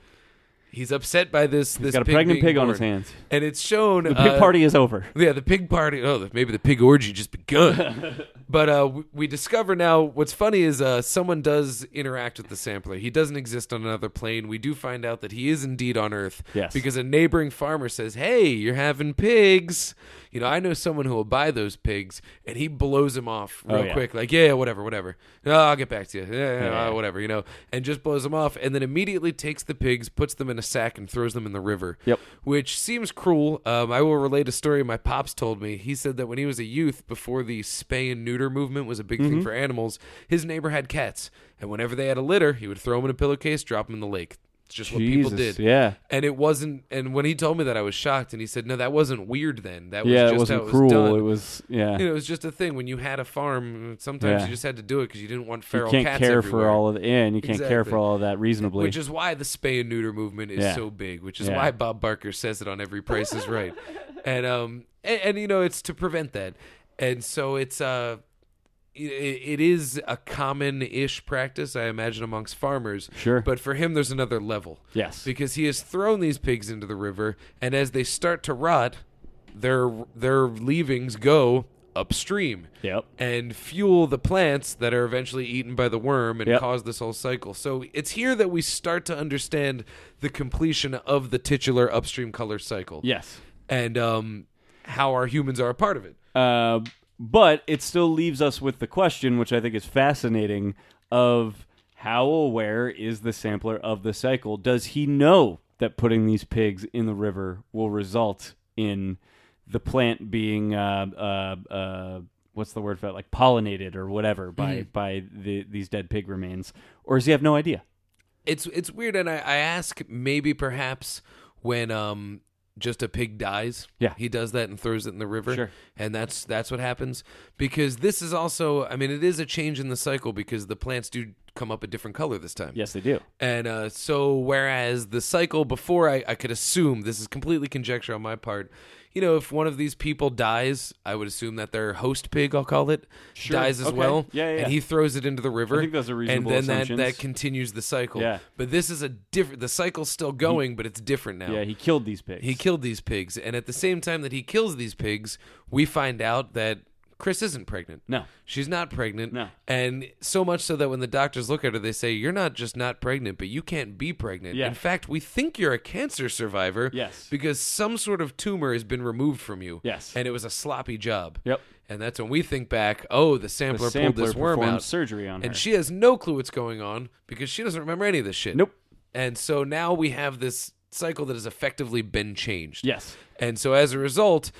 he's upset by this this got a pig pregnant being pig on born. his hands. And it's shown uh, The pig party is over. yeah, the pig party. Oh, the- maybe the pig orgy just begun. but uh, we, we discover now. What's funny is uh, someone does interact with the sampler. He doesn't exist on another plane. We do find out that he is indeed on Earth. Yes. Because a neighboring farmer says, "Hey, you're having pigs. You know, I know someone who will buy those pigs." And he blows him off real Oh, yeah. quick, like, "Yeah, whatever, whatever. No, I'll get back to you. Yeah, yeah, Yeah. uh, whatever, you know." And just blows him off, and then immediately takes the pigs, puts them in a sack, and throws them in the river Yep. which seems cruel. Um, I will relate a story my pops told me. He said that when he was a youth, before the spay and neuter movement was a big Mm-hmm. thing for animals, his neighbor had cats, and whenever they had a litter, he would throw them in a pillowcase, drop them in the lake. It's just what people Jesus, did. yeah. And it wasn't. And when he told me that, I was shocked. And he said, "No, that wasn't weird then. That was Yeah, just it wasn't how it cruel. was done." It was yeah. you know, it was just a thing. When you had a farm, sometimes Yeah. you just had to do it because you didn't want you feral can't cats care everywhere. for all of the, yeah, and you can't care Exactly. for all of that reasonably. Which is why the spay and neuter movement is Yeah. so big, which is Yeah. why Bob Barker says it on every Price is Right, and um and, and you know it's to prevent that, and so it's uh it, it is a common ish practice I imagine amongst farmers. Sure. but for him there's another level. Yes. because he has thrown these pigs into the river, and as they start to rot, their their leavings go upstream yep. and fuel the plants that are eventually eaten by the worm and Yep. cause this whole cycle. So it's here that we start to understand the completion of the titular upstream color cycle. Yes. And um, how our humans are a part of it. Uh, but it still leaves us with the question, which I think is fascinating, of how aware is the sampler of the cycle? Does he know that putting these pigs in the river will result in the plant being uh, uh, uh, what's the word for it? Like pollinated or whatever by Mm-hmm. by the, these dead pig remains, or does he have no idea? It's it's weird, and I, I ask maybe perhaps when um just a pig dies. Yeah. he does that and throws it in the river, Sure. and that's that's what happens because this is also I mean it is a change in the cycle because the plants do come up a different color this time. Yes, they do. And uh, so, whereas the cycle before, I, I could assume this is completely conjecture on my part. You know, if one of these people dies, I would assume that their host pig, I'll call it, dies as Okay. well. Yeah, yeah, yeah. And he throws it into the river. think those are reasonable And then that, assumptions. that continues the cycle. Yeah. But this is a different. The cycle's still going, but it's different now. Yeah, he killed these pigs. He killed these pigs, and at the same time that he kills these pigs, we find out that Chris isn't pregnant. No. she's not pregnant. No. and so much so that when the doctors look at her, they say, "You're not just not pregnant, but you can't be pregnant. Yeah. In fact, we think you're a cancer survivor. Yes. because some sort of tumor has been removed from you. Yes. and it was a sloppy job. Yep. And that's when we think back. Oh, the sampler, the sampler pulled this worm performed out. surgery on her. And she has no clue what's going on because she doesn't remember any of this shit. Nope. And so now we have this cycle that has effectively been changed. yes. And so as a result,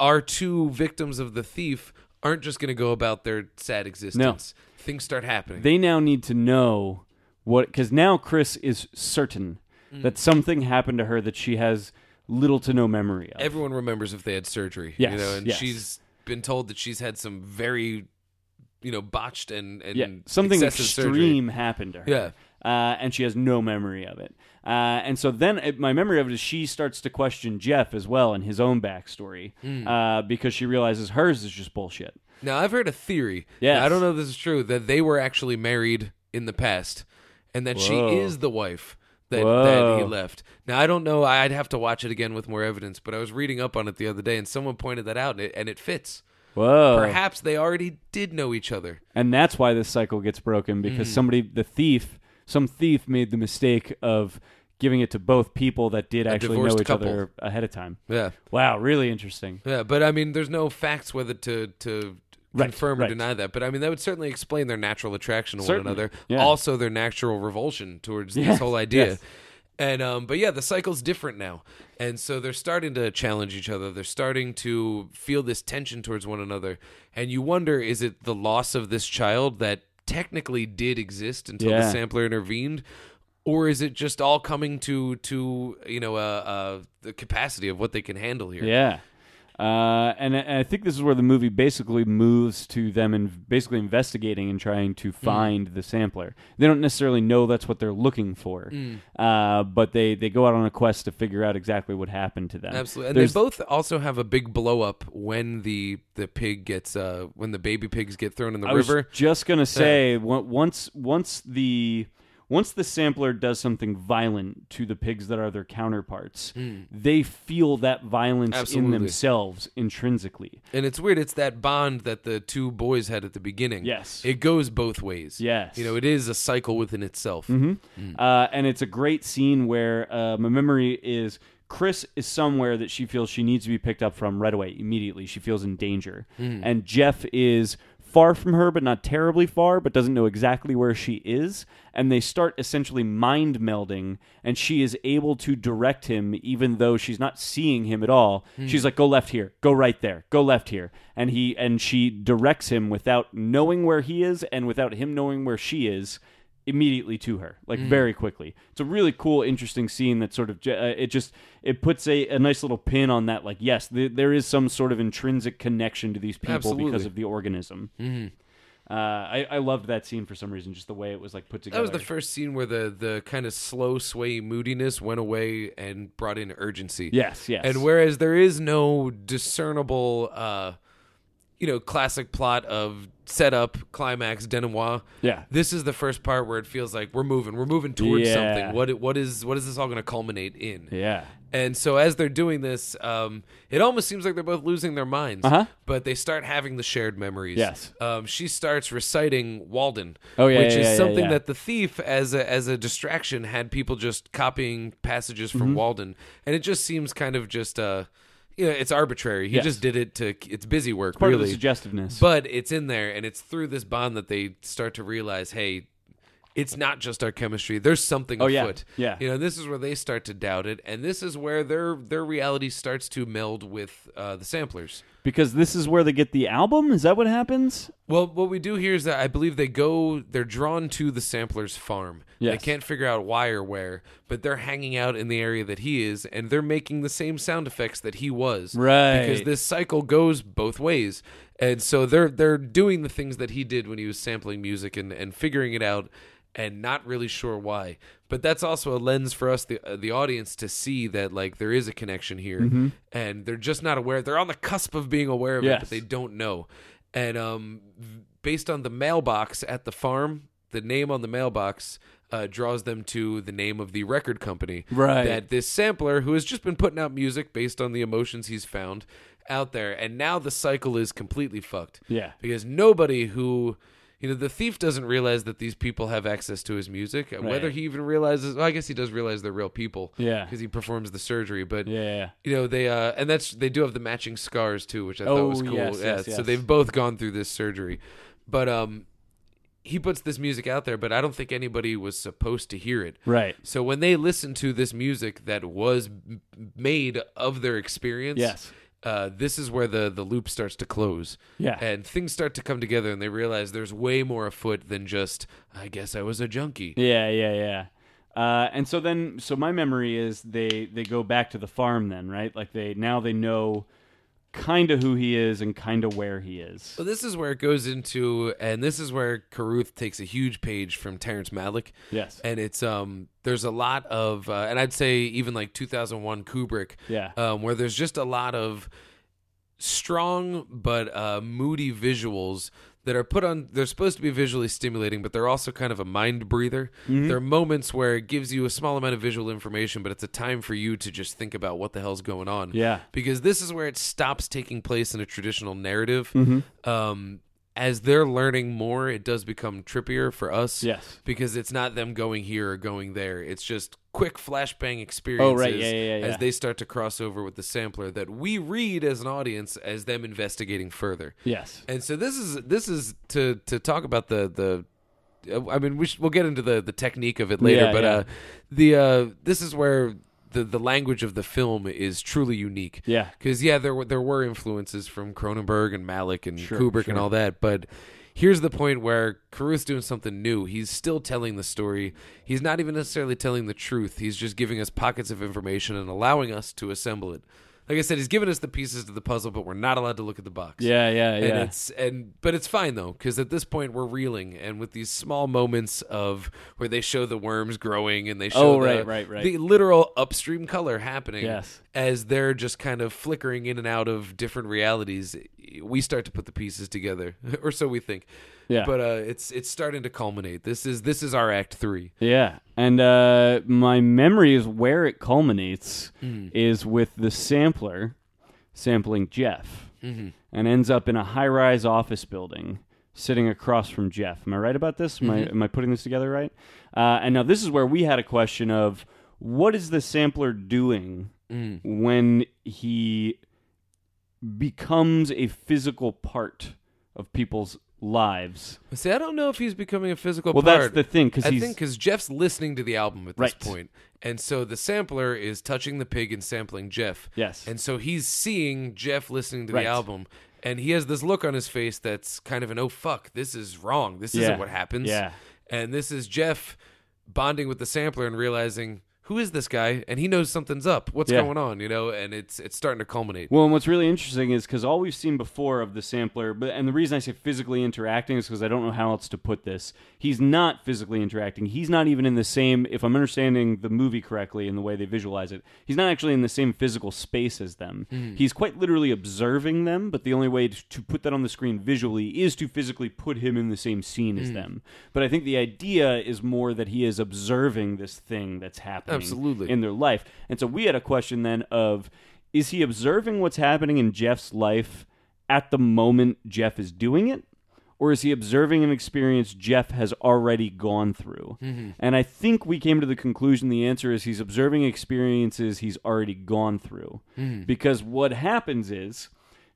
our two victims of the thief aren't just going to go about their sad existence. Things start happening. they now need to know what because now chris is certain Mm. that something happened to her that she has little to no memory of Everyone remembers if they had surgery, you Yes, know, and yes. she's been told that she's had some very you know botched and and yeah, something excessive extreme surgery. happened to her Yeah. uh, and she has no memory of it uh, and so then it, my memory of it is she starts to question jeff as well and his own backstory Hmm. uh, because she realizes hers is just bullshit Now I've heard a theory. Yes. Now, I don't know if this is true that they were actually married in the past, and that she Whoa. is the wife that, that Whoa. he left. Now I don't know. I'd have to watch it again with more evidence. But I was reading up on it the other day, and someone pointed that out, and it, and it fits. whoa Perhaps they already did know each other. And that's why this cycle gets broken Mm. because somebody, the thief, some thief made the mistake of giving it to both people that did actually know divorced each couple. other ahead of time. Yeah, Wow, really interesting. yeah. But I mean, there's no facts whether to to. Right, confirm or right. deny that, but I mean that would certainly explain their natural attraction to Certainly, one another, yeah. also their natural revulsion towards this Yes, whole idea. yes. And um, but yeah, the cycle's different now, and so they're starting to challenge each other. They're starting to feel this tension towards one another, and you wonder: is it the loss of this child that technically did exist until the Yeah. sampler intervened, or is it just all coming to to you know uh, uh, the capacity of what they can handle here? Yeah. Uh, and, I- and I think this is where the movie basically moves to them and basically investigating and trying Mm. to find the sampler. They don't necessarily know that's what they're looking for, Mm. uh, but they, they go out on a quest to figure out exactly what happened to them. Absolutely, and There's- they both also have a big blow up when the the pig gets uh when the baby pigs get thrown in the I was river. just gonna say on- once once the once the sampler does something violent to the pigs that are their counterparts, they feel that violence in Hmm. Absolutely. themselves intrinsically. And it's weird. It's that bond that the two boys had at the beginning. Yes. It goes both ways. Yes. You know, it is a cycle within itself. Uh, and it's a great scene where uh, my memory is Chris is somewhere that she feels she needs to be picked up from right away, immediately. She feels in danger. And Jeff is far from her, but not terribly far, but doesn't know exactly where she is. And they start essentially mind melding, and she is able to direct him, even though she's not seeing him at all. She's like, go left here, go right there, go left here. And he and she directs him without knowing where he is and without him knowing where she is immediately to her like Mm. very quickly it's a really cool interesting scene that sort of ju- uh, it just it puts a, a nice little pin on that like yes th- there is some sort of intrinsic connection to these people because Absolutely. Mm-hmm. of the organism uh, I, I loved that scene for some reason just the way it was like put That together was the first scene where the the kind of slow sway moodiness went away and brought in urgency. yes yes And whereas there is no discernible, uh, you know, classic plot of setup, climax, denouement. Yeah. This is the first part where it feels like we're moving. We're moving towards Yeah. something. What what is what is this all going to culminate in? yeah And so as they're doing this, um, it almost seems like they're both losing their minds. Uh-huh. But they start having the shared memories. Yes. Um, she starts reciting Walden. Oh, yeah, Which yeah, is yeah, yeah, something yeah. that the thief, as a as a distraction, had people just copying passages Mm-hmm. from Walden, and it just seems kind of just uh, you know, it's arbitrary. He Yes. just did it to it's busy work. part really. of the suggestiveness But it's in there, and it's through this bond that they start to realize, hey, it's not just our chemistry. There's something Oh, yeah. afoot. Yeah. You know, this is where they start to doubt it, and this is where their their reality starts to meld with uh, the samplers. because this is where they get the album is that what happens Well, what we do here is that I believe they go, they're drawn to the sampler's farm. They Yes. can't figure out why or where, but they're hanging out in the area that he is, and they're making the same sound effects that he was. Right. Because this cycle goes both ways. And so they're they're doing the things that he did when he was sampling music and, and figuring it out and not really sure why. But that's also a lens for us, the uh, the audience, to see that like there is a connection here, Mm-hmm. and they're just not aware. They're on the cusp of being aware of it, but Yes. they don't know. And um, v- based on the mailbox at the farm, the name on the mailbox uh, draws them to the name of the record company. Right. That this sampler, who has just been putting out music based on the emotions he's found out there, and now the cycle is completely fucked. Yeah. Because nobody who. You know, the thief doesn't realize that these people have access to his music. Whether he even realizes, well, I guess he does realize they're real people. Yeah. Because he performs the surgery. But yeah you know they uh and that's they do have the matching scars too which i thought Oh, was cool yes, yeah yes, so yes. they've both gone through this surgery but um he puts this music out there but i don't think anybody was supposed to hear it right so when they listen to this music that was m- made of their experience Yes. uh, this is where the, the loop starts to close. Yeah. And things start to come together, and they realize there's way more afoot than just, I guess I was a junkie. Yeah, yeah, yeah. Uh, and so then, so my memory is they they go back to the farm then, right? Like they now they know kind of who he is and kind of where he is. Well, this is where it goes into, and this is where Carruth takes a huge page from Terrence Malick. Yes. and it's um, there's a lot of, uh, and I'd say even like 2001 Kubrick, Yeah. um, where there's just a lot of strong but uh, moody visuals that are put on. They're supposed to be visually stimulating, but they're also kind of a mind breather. There are moments where it gives you a small amount of visual information, but it's a time for you to just think about what the hell's going on Yeah. because this is where it stops taking place in a traditional narrative. Um, as they're learning more, it does become trippier for us. Yes. because it's not them going here or going there. It's just quick flashbang experiences. Oh, right. Yeah, yeah, yeah, As yeah. they start to cross over with the sampler that we read as an audience as them investigating further. Yes. And so this is this is to to talk about the the uh, I mean we should, we'll get into the the technique of it later Yeah, but yeah. uh the uh this is where the the language of the film is truly unique. Yeah. Cuz yeah there were there were influences from Cronenberg and Malick and Sure, Kubrick sure. and all that but Here's the point where Carruth's doing something new. He's still telling the story. He's not even necessarily telling the truth. He's just giving us pockets of information and allowing us to assemble it. Like I said, he's given us the pieces to the puzzle, but we're not allowed to look at the box. Yeah, yeah, And yeah. it's and but it's fine though because at this point we're reeling and with these small moments of where they show the worms growing and they show Oh, the, right, right, right. the literal upstream color happening Yes. as they're just kind of flickering in and out of different realities we start to put the pieces together or so we think Yeah. but uh, it's it's starting to culminate this is this is our act three Yeah, and uh, my memory is where it culminates Hmm. is with the sampler sampling Jeff, Mm-hmm. and ends up in a high-rise office building sitting across from Jeff. Am I right about this? Am, Mm-hmm. I, am I putting this together right? Uh, and now this is where we had a question of what is the sampler doing Mm. when he becomes a physical part of people's lives. see I don't know if he's becoming a physical Well, part that's the thing because I he's think because Jeff's listening to the album at Right. this point, and so the sampler is touching the pig and sampling Jeff. Yes. and so he's seeing Jeff listening to Right. the album, and he has this look on his face that's kind of an oh fuck, this is wrong. This Yeah. isn't what happens. Yeah. and this is Jeff bonding with the sampler and realizing who is this guy, and he knows something's up. What's Yeah. going on? You know, and it's it's starting to culminate. Well, and what's really interesting is because all we've seen before of the sampler, but and the reason I say physically interacting is because I don't know how else to put this. He's not physically interacting. He's not even in the same. If I'm understanding the movie correctly and the way they visualize it, he's not actually in the same physical space as them. He's quite literally observing them, but the only way to, to put that on the screen visually is to physically put him in the same scene as them. But I think the idea is more that he is observing this thing that's happening Absolutely. in their life. And so we had a question then of is he observing what's happening in Jeff's life at the moment Jeff is doing it? Or is he observing an experience Jeff has already gone through? And I think we came to the conclusion the answer is he's observing experiences he's already gone through. Because what happens is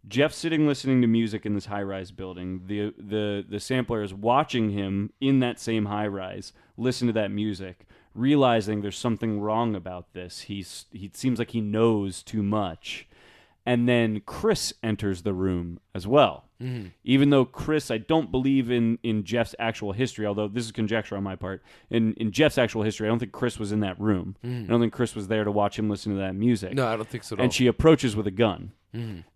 Jeff's sitting listening to music in this high rise building. The the the sampler is watching him in that same high rise listen to that music, realizing there's something wrong about this. He's he seems like he knows too much. And then Chris enters the room as well. Even though Chris, I don't believe in, in Jeff's actual history, although this is conjecture on my part. In in Jeff's actual history, I don't think Chris was in that room. I don't think Chris was there to watch him listen to that music No, I don't think so. At all. Hmm. and she approaches with a gun.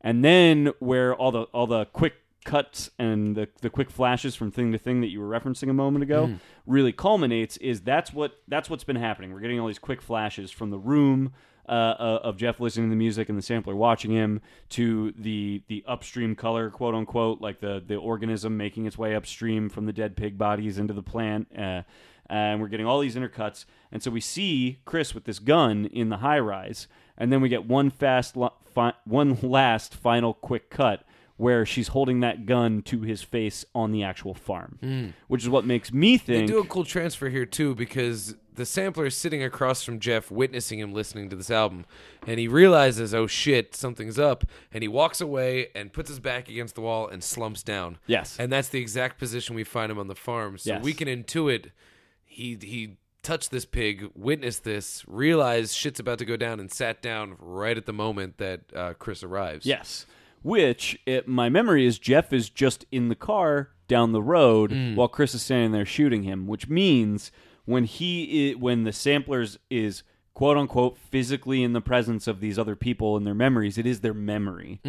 And then where all the all the quick cuts and the the quick flashes from thing to thing that you were referencing a moment ago Hmm. really culminates is that's what that's what's been happening. We're getting all these quick flashes from the room. Uh, uh, of Jeff listening to the music and the sampler watching him to the the upstream color quote unquote like the the organism making its way upstream from the dead pig bodies into the plant uh, and we're getting all these intercuts and so we see Chris with this gun in the high rise and then we get one fast, lo- fi- one last final quick cut where she's holding that gun to his face on the actual farm, which is what makes me Hmm. They think. do a cool transfer here too because the sampler is sitting across from Jeff, witnessing him listening to this album, and he realizes, oh shit, something's up, and he walks away and puts his back against the wall and slumps down. Yes. and that's the exact position we find him on the farm. So Yes. we can intuit he he touched this pig, witnessed this, realized shit's about to go down, and sat down right at the moment that uh, Chris arrives. Yes. Which, it, my memory is, Jeff is just in the car down the road while Chris is standing there shooting him. Which means when he i when the samplers is quote unquote physically in the presence of these other people and their memories, it is their memory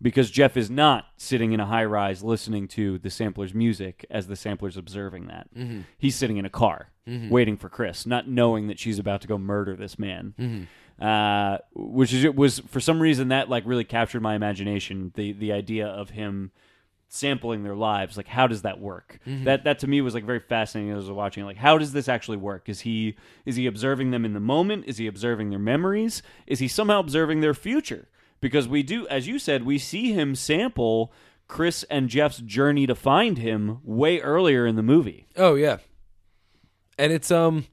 because Jeff is not sitting in a high rise listening to the sampler's music as the sampler's observing that. He's sitting in a car waiting for Chris, not knowing that she's about to go murder this man uh, which is it was for some reason that like really captured my imagination. The the idea of him sampling their lives, like how does that work? Mm-hmm. That that to me was like very fascinating as I was watching. it. Like how does this actually work? Is he is he observing them in the moment? Is he observing their memories? Is he somehow observing their future? Because we do, as you said, we see him sample Chris and Jeff's journey to find him way earlier in the movie. Oh yeah, and it's um,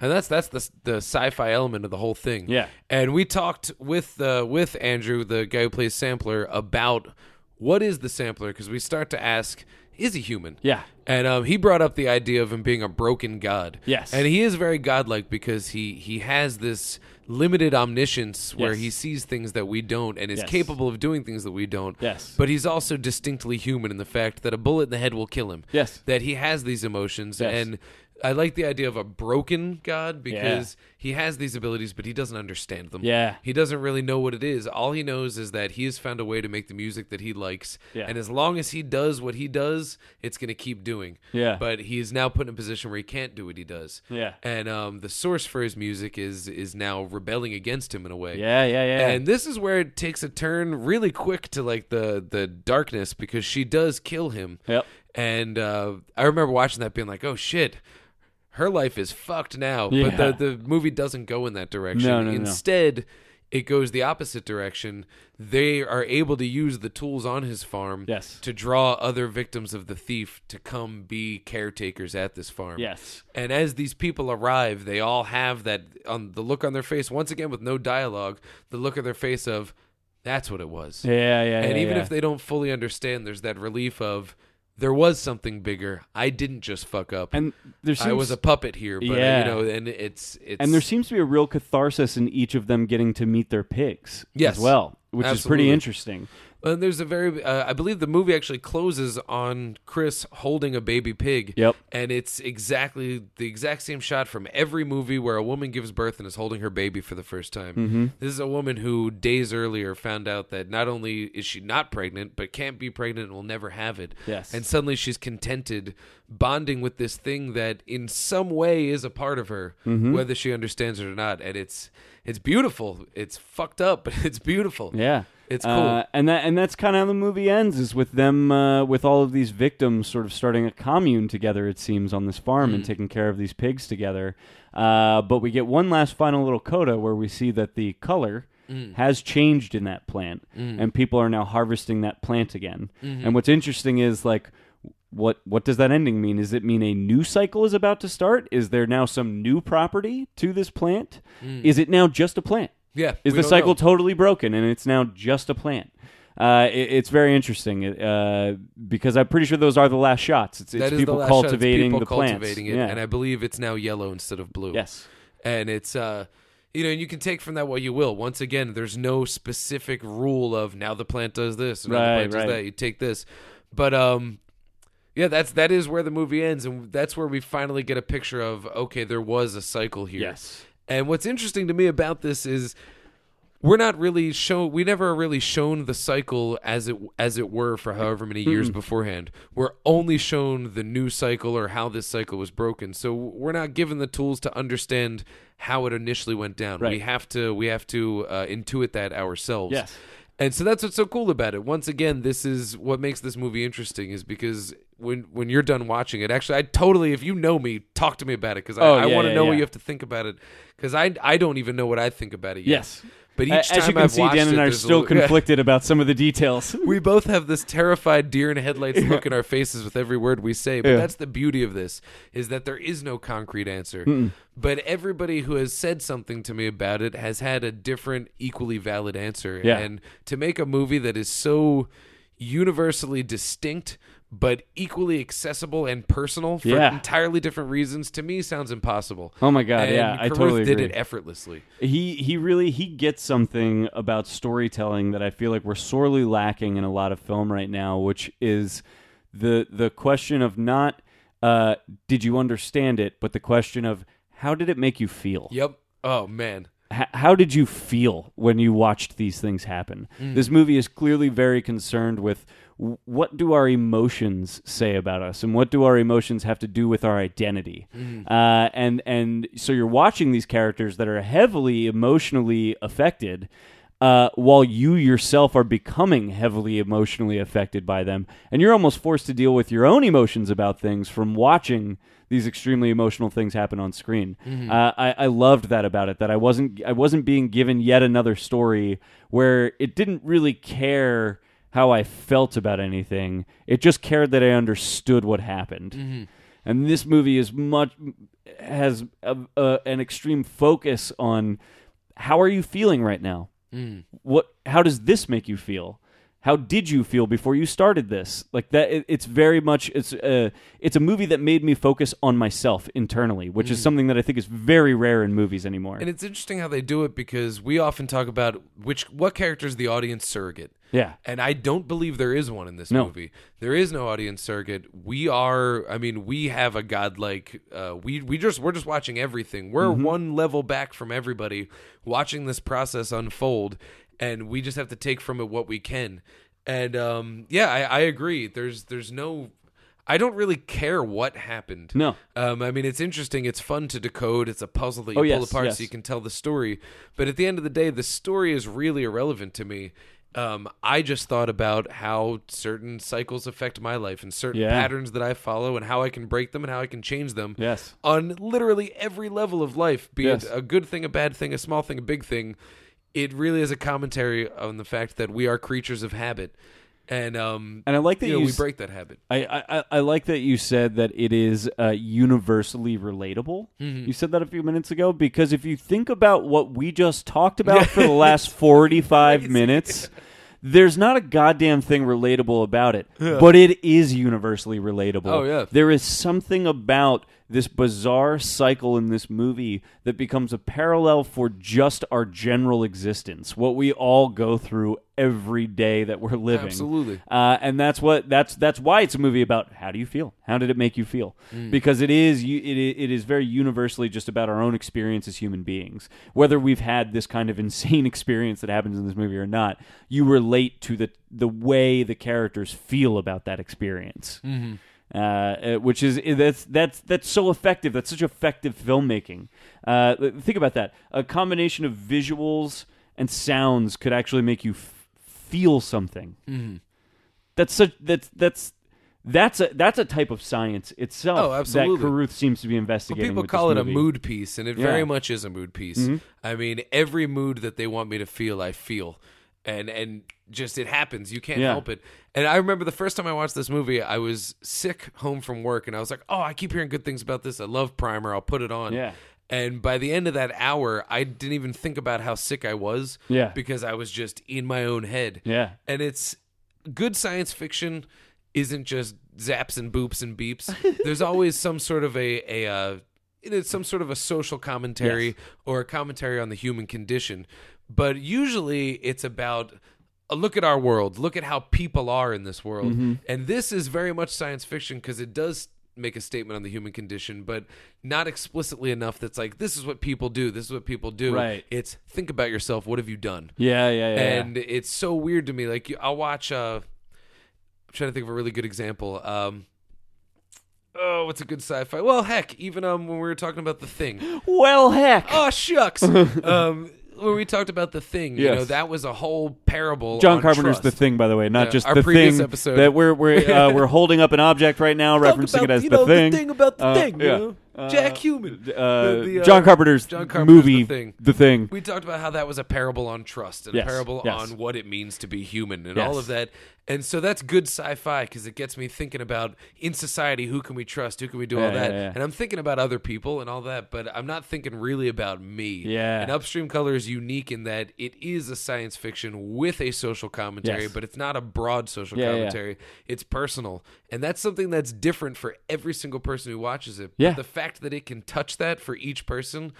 and that's that's the the sci-fi element of the whole thing. Yeah. and we talked with uh, with Andrew, the guy who plays Sampler, about what is the Sampler because we start to ask, is he human? Yeah. and um, he brought up the idea of him being a broken god. Yes. and he is very godlike because he he has this limited omniscience where Yes. he sees things that we don't and is Yes. capable of doing things that we don't. Yes. but he's also distinctly human in the fact that a bullet in the head will kill him Yes. that he has these emotions Yes. and I like the idea of a broken God because he has these abilities, but he doesn't understand them. Yeah. He doesn't really know what it is. All he knows is that he has found a way to make the music that he likes. Yeah. And as long as he does what he does, it's going to keep doing. Yeah. But he is now put in a position where he can't do what he does. Yeah. And um, the source for his music is is now rebelling against him in a way. Yeah, yeah, yeah. And this is where it takes a turn really quick to like the the darkness because she does kill him. Yep. And uh, I remember watching that being like, oh shit, her life is fucked now. Yeah. But the, the movie doesn't go in that direction. No, no, no. Instead, it goes the opposite direction. They are able to use the tools on his farm Yes. to draw other victims of the thief to come be caretakers at this farm. Yes. And as these people arrive, they all have that on the look on their face once again with no dialogue, the look on their face of that's what it was. yeah, yeah. and yeah, even yeah. if they don't fully understand, there's that relief of there was something bigger. I didn't just fuck up. and there seems I was a puppet here, but uh, Yeah. you know, and it's it's and there seems to be a real catharsis in each of them getting to meet their pigs Yes. as well, which is pretty Absolutely. interesting. And there's a very, uh, I believe the movie actually closes on Chris holding a baby pig. Yep. And it's exactly the exact same shot from every movie where a woman gives birth and is holding her baby for the first time. Mm-hmm. This is a woman who days earlier found out that not only is she not pregnant, but can't be pregnant and will never have it. Yes. And suddenly she's contented, bonding with this thing that in some way is a part of her, Mm-hmm. whether she understands it or not. And it's it's beautiful. It's fucked up, but it's beautiful. Yeah, It's cool. Uh, and that and that's kind of how the movie ends is with them uh, with all of these victims sort of starting a commune together. It seems on this farm Mm. and taking care of these pigs together. Uh, but we get one last final little coda where we see that the color. Mm. Has changed in that plant, and people are now harvesting that plant again. Mm-hmm. And what's interesting is like, what what does that ending mean? Does it mean a new cycle is about to start? Is there now some new property to this plant? Mm. Is it now just a plant? Yeah, Is we the don't cycle know. totally broken and it's now just a plant? Uh, it- it's very interesting uh, because I'm pretty sure those are the last shots. It's, it's That is people the last shot. It's cultivating people the cultivating plants. it, yeah. and I believe it's now yellow instead of blue. yes. and it's uh, you know, and you can take from that what you will. Once again, there's no specific rule of now the plant does this, and now Right, the plant right. does that. You take this, but um, yeah, that's that is where the movie ends, and that's where we finally get a picture of okay, there was a cycle here. Yes. and what's interesting to me about this is we're not really shown we never are really shown the cycle as it as it were for however many years beforehand we're only shown the new cycle or how this cycle was broken so we're not given the tools to understand how it initially went down we Right. have to we have to uh, intuit that ourselves Yes. and so that's what's so cool about it once again this is what makes this movie interesting is because when when you're done watching it actually i totally if you know me talk to me about it because Oh, i, I yeah, want to yeah, know what yeah. you have to think about it because I, I don't even know what i think about it yet Yes. but each A- time As you can I've see, watched Dan it, and I are there's a still little- conflicted about some of the details. We both have this terrified deer in headlights look in our faces with every word we say. But Yeah. that's the beauty of this is that there is no concrete answer. But everybody who has said something to me about it has had a different, equally valid answer. Yeah. And to make a movie that is so universally distinct but equally accessible and personal for Yeah. entirely different reasons to me sounds impossible. Oh my God, And yeah, I Carruth totally did agree. it effortlessly. he he really he gets something about storytelling that I feel like we're sorely lacking in a lot of film right now, which is the the question of not uh, did you understand it, but the question of how did it make you feel? Yep. Oh man. H- how did you feel when you watched these things happen? This movie is clearly very concerned with w- what do our emotions say about us, and what do our emotions have to do with our identity? Uh, and and so you're watching these characters that are heavily emotionally affected. Uh, while you yourself are becoming heavily emotionally affected by them, and you're almost forced to deal with your own emotions about things from watching these extremely emotional things happen on screen. Uh, I, I loved that about it. That I wasn't I wasn't being given yet another story where it didn't really care how I felt about anything. It just cared that I understood what happened. And this movie is much has a, a, an extreme focus on how are you feeling right now. What? How does this make you feel? How did you feel before you started this? Like that, it, it's very much it's a it's a movie that made me focus on myself internally, which is something that I think is very rare in movies anymore. And it's interesting how they do it because we often talk about which what character is the audience surrogate. yeah, And I don't believe there is one in this No. movie. There is no audience surrogate. We are I mean, we have a godlike uh we we just we're just watching everything. We're Mm-hmm. one level back from everybody watching this process unfold and we just have to take from it what we can. And um yeah, I, I agree. There's there's no I don't really care what happened. No. Um, I mean, it's interesting. It's fun to decode. It's a puzzle that you Oh, pull yes, apart yes. so you can tell the story. But at the end of the day, the story is really irrelevant to me. Um, I just thought about how certain cycles affect my life and certain Yeah. patterns that I follow and how I can break them and how I can change them Yes. on literally every level of life, be Yes. it a good thing, a bad thing, a small thing, a big thing. It really is a commentary on the fact that we are creatures of habit. And, um, and I like that you you, know, we s- break that habit. I, I, I- I like that you said that it is uh, universally relatable. Mm-hmm. You said that a few minutes ago because if you think about what we just talked about for the last 45 minutes, there's not a goddamn thing relatable about it, but it is universally relatable. Oh, yeah. There is something about this bizarre cycle in this movie that becomes a parallel for just our general existence, what we all go through every day that we're living. Absolutely. Uh, and that's what that's that's why it's a movie about how do you feel? How did it make you feel? Because it is you it, i- it is very universally just about our own experience as human beings. Whether we've had this kind of insane experience that happens in this movie or not, you relate to the the way the characters feel about that experience. Uh, Uh, which is that's that's that's so effective. That's such effective filmmaking. Uh, think about that. A combination of visuals and sounds could actually make you f- feel something that's such that's that's that's a that's a type of science itself Oh, absolutely. that Carruth seems to be investigating. People with call it this a movie. mood piece, and it Yeah. Mm-hmm. very much is a mood piece. I mean, every mood that they want me to feel, I feel, and and just it happens. You can't Yeah. help it. And I remember the first time I watched this movie, I was sick home from work, and I was like, "Oh, I keep hearing good things about this. I love Primer. I'll put it on." Yeah. And by the end of that hour, I didn't even think about how sick I was. Yeah. Because I was just in my own head. Yeah. And it's good science fiction isn't just zaps and boops and beeps. There's always some sort of a a uh, it is some sort of a social commentary or a commentary on the human condition. But usually it's about a look at our world, look at how people are in this world. Mm-hmm. And this is very much science fiction because it does make a statement on the human condition, but not explicitly enough that's like this is what people do, this is what people do. Right. It's think about yourself, what have you done? Yeah, yeah, yeah. yeah. and it's so weird to me. Like you- I'll watch. Uh, I'm trying to think of a really good example. Um, oh, what's a good sci-fi? Well, heck, even um, when we were talking about the thing. well, heck, Oh shucks. um, when we talked about the thing, you Yes. know, that was a whole parable. John on Carpenter's trust. the thing, by the way, not Yeah, just our the previous thing episode. that we're we're uh, we're holding up an object right now, Talk referencing it about, as you the know, thing. the thing about the Uh, thing. yeah. You know? Uh, Jack Human. uh, The- the, uh, John Carpenter's, John Carpenter's movie, The Thing. We talked about how that was a parable on trust and Yes, a parable yes. on what it means to be human and Yes. all of that. And so that's good sci-fi because it gets me thinking about in society who can we trust, who can we do Yeah, all that. yeah, yeah. And I'm thinking about other people and all that, but I'm not thinking really about me. Yeah. And Upstream Color is unique in that it is a science fiction with a social commentary, Yes. but it's not a broad social Yeah, yeah, yeah. commentary. It's personal, and that's something that's different for every single person who watches it. Yeah. But the fact that it can touch that for each person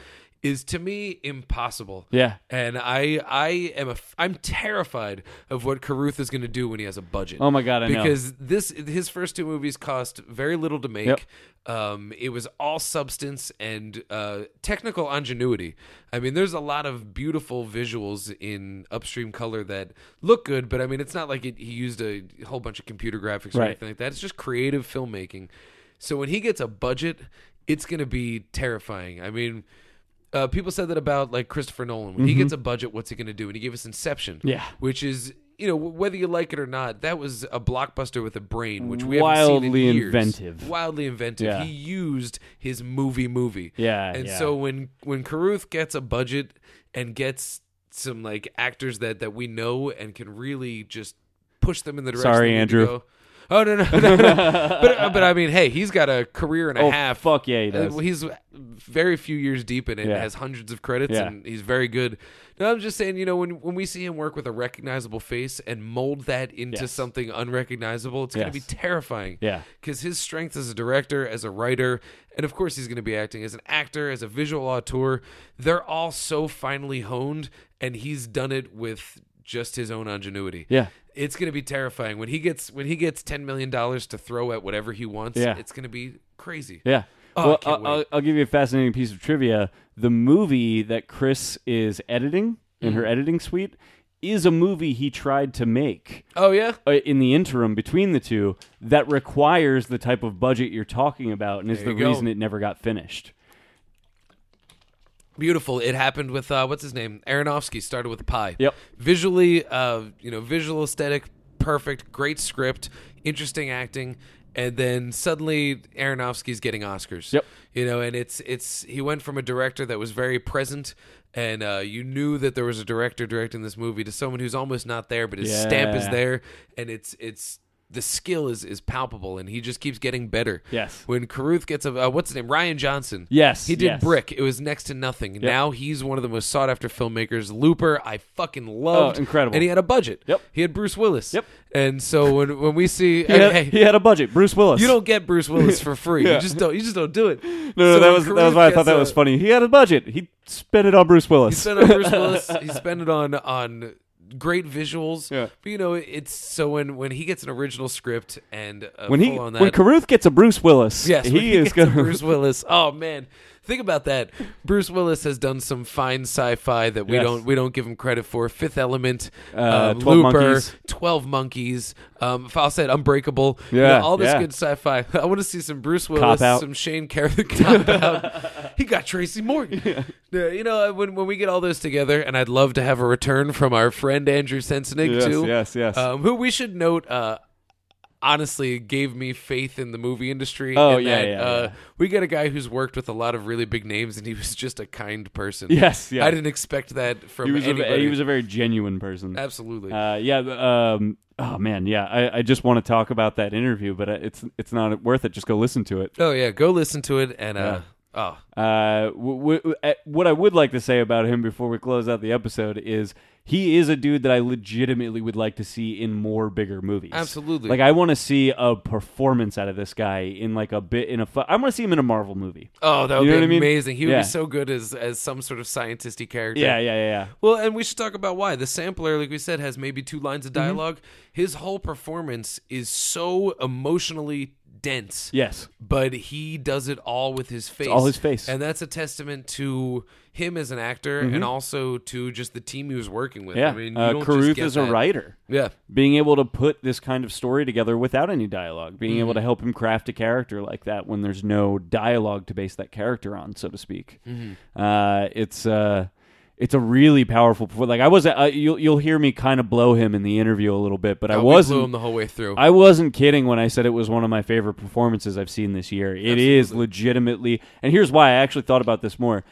is to me impossible. Yeah. And I I am a f- I'm terrified of what Carruth is going to do when he has a budget. Oh my God, I know. because this his first two movies cost very little to make. Yep. Um, it was all substance and uh, technical ingenuity. I mean, there's a lot of beautiful visuals in upstream color that look good, but I mean, it's not like it, he used a whole bunch of computer graphics or Right. anything like that. It's just creative filmmaking. So when he gets a budget, it's going to be terrifying. I mean, uh, people said that about like Christopher Nolan. When he Mm-hmm. gets a budget, what's he going to do? And he gave us Inception, Yeah. which is. You know, wh- whether you like it or not, that was a blockbuster with a brain, which we haven't Wildly seen in years. inventive. Wildly inventive. Yeah. He used his movie movie. Yeah, And yeah. so when when Carruth gets a budget and gets some like actors that that we know and can really just push them in the direction. Sorry, they need to Andrew. go- Oh no, no, no, no. but uh, but I mean, hey, he's got a career and a Oh, half. fuck yeah, he Uh, does. He's very few years deep in it. Yeah. Has hundreds of credits, Yeah. and he's very good. No, I'm just saying, you know, when when we see him work with a recognizable face and mold that into Yes. something unrecognizable, it's going to Yes. be terrifying. Yeah. because his strength as a director, as a writer, and of course he's going to be acting as an actor, as a visual auteur. They're all so finely honed, and he's done it with just his own ingenuity Yeah. it's going to be terrifying when he gets when he gets 10 million dollars to throw at whatever he wants Yeah. it's going to be crazy Yeah. Oh, I well, can't I'll, wait. I'll give you a fascinating piece of trivia. The movie that Chris is editing in Mm-hmm. her editing suite is a movie he tried to make oh yeah uh, in the interim between the two that requires the type of budget you're talking about and is There the you go. reason it never got finished. beautiful it happened with uh, what's his name aronofsky started with pi Yep. visually uh, you know visual aesthetic perfect great script interesting acting and then suddenly aronofsky's getting oscars Yep. you know and it's it's he went from a director that was very present and uh, you knew that there was a director directing this movie to someone who's almost not there but his stamp is Yeah. there and it's it's the skill is is palpable and he just keeps getting better Yes. when Carruth gets a uh, what's his name Ryan Johnson Yes, he did yes. Brick it was next to nothing now he's one of the most sought after filmmakers Looper I fucking loved Oh, incredible. and he had a budget Yep. he had Bruce Willis Yep. and so when when we see He had, hey, he had a budget. Bruce Willis. you don't get Bruce Willis for free Yeah. you just don't you just don't do it no No, no, that was that was why I thought that was funny. He had a budget. He spent it on Bruce He Willis. spent on Bruce Willis. He spent it on on great visuals. Yeah. But you know, it's so when when he gets an original script and uh, when he full on that, when Carruth gets a Bruce Willis, yes, he, when is gets a going Bruce Willis. Oh man, think about that. Bruce Willis has done some fine sci-fi that we Yes. don't we don't give him credit for. Fifth Element, Uh, um, 12 Looper, Monkeys. Twelve Monkeys. Um, if I'll say it, Unbreakable. You Yeah, know, all this yeah. good sci-fi. I want to see some Bruce Cop Willis, Out. some Shane Carrick. Cop Out. He got Tracy Morgan. Yeah, you know, when when we get all those together, and I'd love to have a return from our friend Andrew Sensenig Yes, too. yes, yes. Um, who we should note. Uh, honestly gave me faith in the movie industry. Oh, in yeah, that, yeah, uh, yeah. We got a guy who's worked with a lot of really big names, and he was just a kind person. Yes, yeah. I didn't expect that from he was anybody. a, he was a very genuine person. Absolutely. Uh, yeah. th- Um, oh man, yeah. I, I just want to talk about that interview, but uh, it's it's not worth it. Just go listen to it. oh yeah, go listen to it, and uh, oh, Uh, w- w- uh, what I would like to say about him before we close out the episode is he is a dude that I legitimately would like to see in more bigger movies. Absolutely. Like I want to see a performance out of this guy in like a bit in a. Fu- I want to see him in a Marvel movie. oh, that would You know be what I mean? amazing. He would Yeah. be so good as as some sort of scientisty character. Yeah, yeah, yeah. yeah. Well, and we should talk about why. The sampler, like we said, has maybe two lines Mm-hmm. of dialog His whole performance is so emotionally dense. Yes. but he does it all with his face. all his face. Mm-hmm. And that's a testament to him as an actor and also to just the team he was working with. Yeah. I mean, you uh, don't just Carruth get is a that. writer. Yeah. being able to put this kind of story together without any dialogue, being Mm-hmm. able to help him craft a character like that when there's no dialogue to base that character on, so to speak. Mm-hmm. Uh, it's uh, it's a really powerful. perfor- Like I was, uh, you'll you'll hear me kind of blow him in the interview a little bit, but I Uh, we blew him wasn't. the whole way through. I wasn't kidding when I said it was one of my favorite performances I've seen this year. It is legitimately, and here's why I actually thought about this more.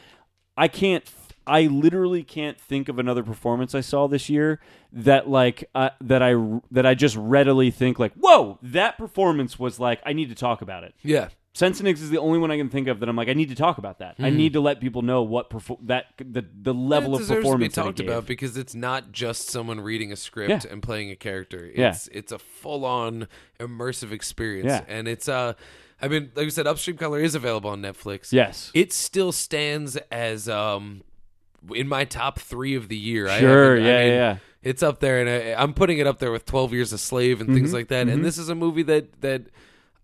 I can't. I literally can't think of another performance I saw this year that like uh, that I that I just readily think like, whoa, that performance was like I need to talk about it. yeah. Sensenix is the only one I can think of that I'm like I need to talk about that. I need to let people know what perfor- that the the level Hmm. it of deserves to be performance that it talked gave. about because it's not just someone reading a script Yeah. and playing a character. Yeah. It's it's a full on immersive experience. Yeah. And it's uh I mean, like we said, Upstream Color is available on Netflix. Yes. It still stands as um in my top three of the year. I Sure, haven't- I yeah, mean, yeah, yeah. It's up there, and I, I'm putting it up there with Twelve Years a Slave and Mm-hmm. things like that. And this is a movie that that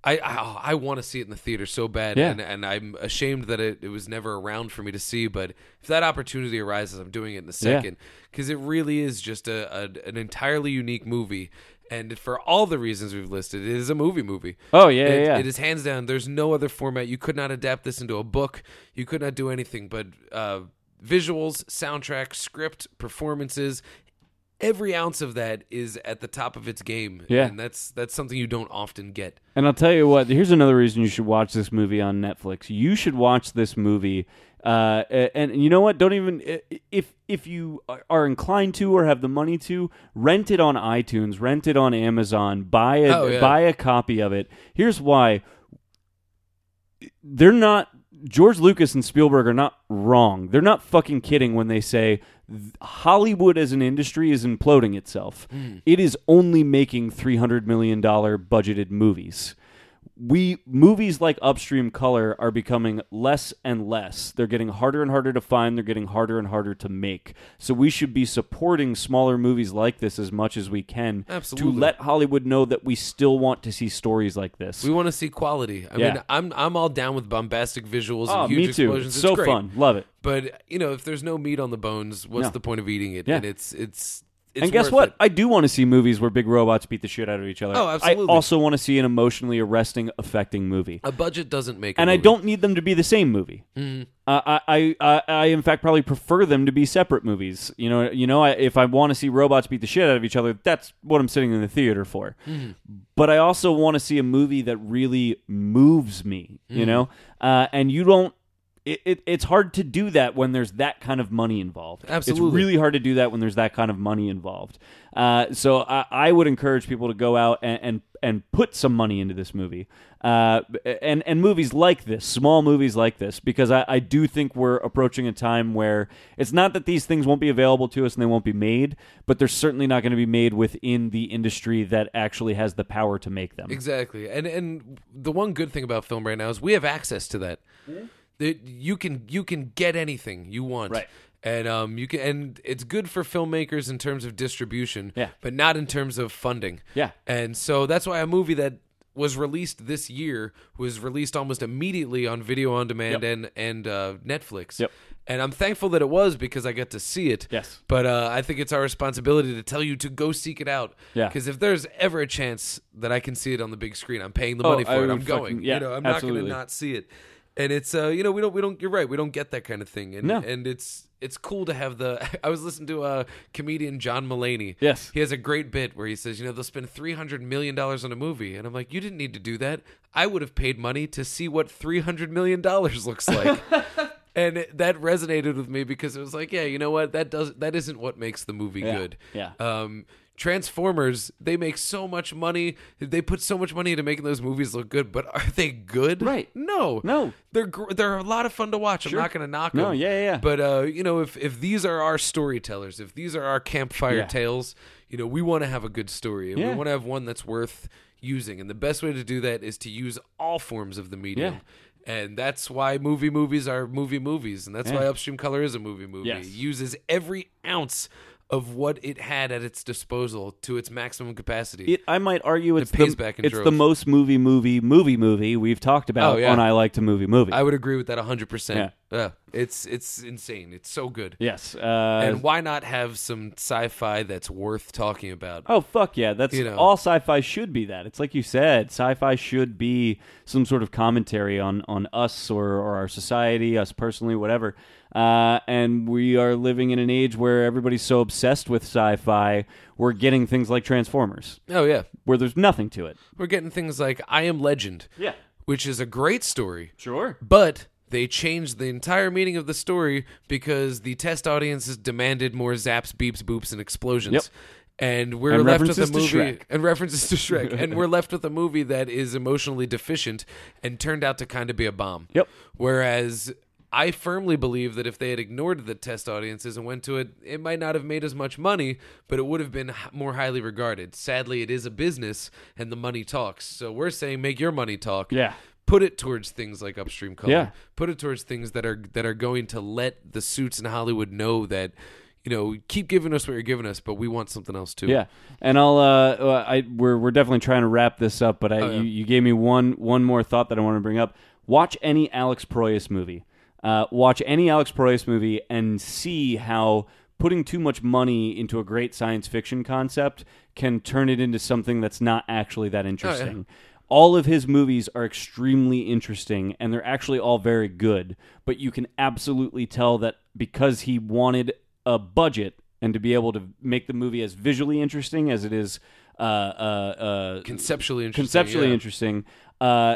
I I, I want to see it in the theater so bad, Yeah. and, and I'm ashamed that it, it was never around for me to see. But if that opportunity arises, I'm doing it in a second because it really is just a, a an entirely unique movie. And for all the reasons we've listed, it is a movie movie. Oh, yeah, It- yeah, yeah. It is hands down. There's no other format. You could not adapt this into a book. You could not do anything but uh, visuals, soundtrack, script, performances. every ounce of that is at the top of its game. Yeah. and that's that's something you don't often get. And I'll tell you what, here's another reason you should watch this movie on Netflix. You should watch this movie. Uh, a- and you know what? Don't even i- if if you are- are inclined to or have the money to rent it on iTunes, rent it on Amazon, buy a Oh, yeah. buy a copy of it. Here's why: they're not George Lucas and Spielberg are not wrong. They're not fucking kidding when they say th- Hollywood as an industry is imploding itself. Hmm. It is only making 300 million dollar budgeted movies. We movies like Upstream Color are becoming less and less. They're getting harder and harder to find, they're getting harder and harder to make. So we should be supporting smaller movies like this as much as we can Absolutely. to let Hollywood know that we still want to see stories like this. We want to see quality. I Yeah. mean, I'm I'm all down with bombastic visuals Oh, and huge me too. explosions. It's It's so great. fun. Love it. But you know, if there's no meat on the bones, what's No. the point of eating it? Yeah. And it's it's, it's and guess worth what? it. I do want to see movies where big robots beat the shit out of each other. Oh, absolutely. I also want to see an emotionally arresting, affecting movie. A budget doesn't make. a and I movie. don't need them to be the same movie. Mm-hmm. Uh, I, I, I, I, in fact, probably prefer them to be separate movies. You know, you know, I, if I want to see robots beat the shit out of each other, that's what I'm sitting in the theater for. Mm-hmm. But I also want to see a movie that really moves me. Mm-hmm. You know, uh, and you don't. It, it, it's hard to do that when there's that kind of money involved. It's Absolutely. really hard to do that when there's that kind of money involved. Uh, so I, I would encourage people to go out and and, and put some money into this movie, uh, and and movies like this, small movies like this, because I, I do think we're approaching a time where it's not that these things won't be available to us and they won't be made, but they're certainly not going to be made within the industry that actually has the power to make them. Exactly. And and the one good thing about film right now is we have access to that. Mm-hmm. That you can you can get anything you want. Right. And um you can and it's good for filmmakers in terms of distribution, Yeah. but not in terms of funding. Yeah. And so that's why a movie that was released this year was released almost immediately on video on demand Yep. and and uh, Netflix. Yep. And I'm thankful that it was because I got to see it. Yes. But uh, I think it's our responsibility to tell you to go seek it out. Yeah. Because if there's ever a chance that I can see it on the big screen, I'm paying the Oh, money for I it. I'm would fucking- going. yeah, you know, I'm not absolutely. going to not see it. And it's uh, you know, we don't, we don't. You're right. We don't get that kind of thing. And No. and it's it's cool to have the. I was listening to uh, comedian John Mulaney. Yes. He has a great bit where he says, you know, they'll spend three hundred million dollars on a movie, and I'm like, you didn't need to do that. I would have paid money to see what three hundred million dollars looks like. And it- that resonated with me because it was like, yeah, you know what? That does that isn't what makes the movie good. yeah. Um, Transformers, they make so much money. They put so much money into making those movies look good, but are they good? Right. No. No. They're gr- they're a lot of fun to watch. I'm not going to knock No, them. yeah, yeah, yeah. But uh, you know, if if these are our storytellers, if these are our campfire Yeah. tales, you know, we want to have a good story, and Yeah. we want to have one that's worth using. And the best way to do that is to use all forms of the medium. Yeah. And that's why movie movies are movie movies, and that's why Upstream Color is a movie movie. Yes. It uses every ounce of what it had at its disposal to its maximum capacity. It, I might argue it's pays the, back in it's the droves. most movie movie movie movie we've talked about Oh, yeah. on I like to movie movie. I would agree with that 100%. Yeah. it's it's insane. It's so good. yes, uh, And why not have some sci-fi that's worth talking about? Oh fuck yeah! That's You know. all sci-fi should be. That it's like you said, sci-fi should be some sort of commentary on on us or, or our society, us personally, whatever. Uh, and we are living in an age where everybody's so obsessed with sci-fi, we're getting things like Transformers, Oh yeah. where there's nothing to it. We're getting things like I Am Legend. Yeah. Which is a great story. Sure. But they changed the entire meaning of the story because the test audiences demanded more zaps, beeps, boops, and explosions. Yep. And we're And left with a references to movie Shrek. and references to Shrek, and we're left with a movie that is emotionally deficient and turned out to kind of be a bomb. Yep. Whereas I firmly believe that if they had ignored the test audiences and went to it, it might not have made as much money, but it would have been h- more highly regarded. Sadly, it is a business, and the money talks. So we're saying make your money talk Yeah. put it towards things like upstream color. Yeah. Put it towards things that are that are going to let the suits in Hollywood know that you know keep giving us what you're giving us, but we want something else too. Yeah, and I'll. Uh, uh, I we're we're definitely trying to wrap this up, but I you, you gave me one one more thought that I want to bring up. Watch any Alex Proyas movie. Uh, watch any Alex Proyas movie and see how putting too much money into a great science fiction concept can turn it into something that's not actually that interesting. All of his movies are extremely interesting and they're actually all very good, but you can absolutely tell that because he wanted a budget and to be able to make the movie as visually interesting as it is uh, uh, uh, Conceptually interesting. conceptually yeah. interesting. Uh,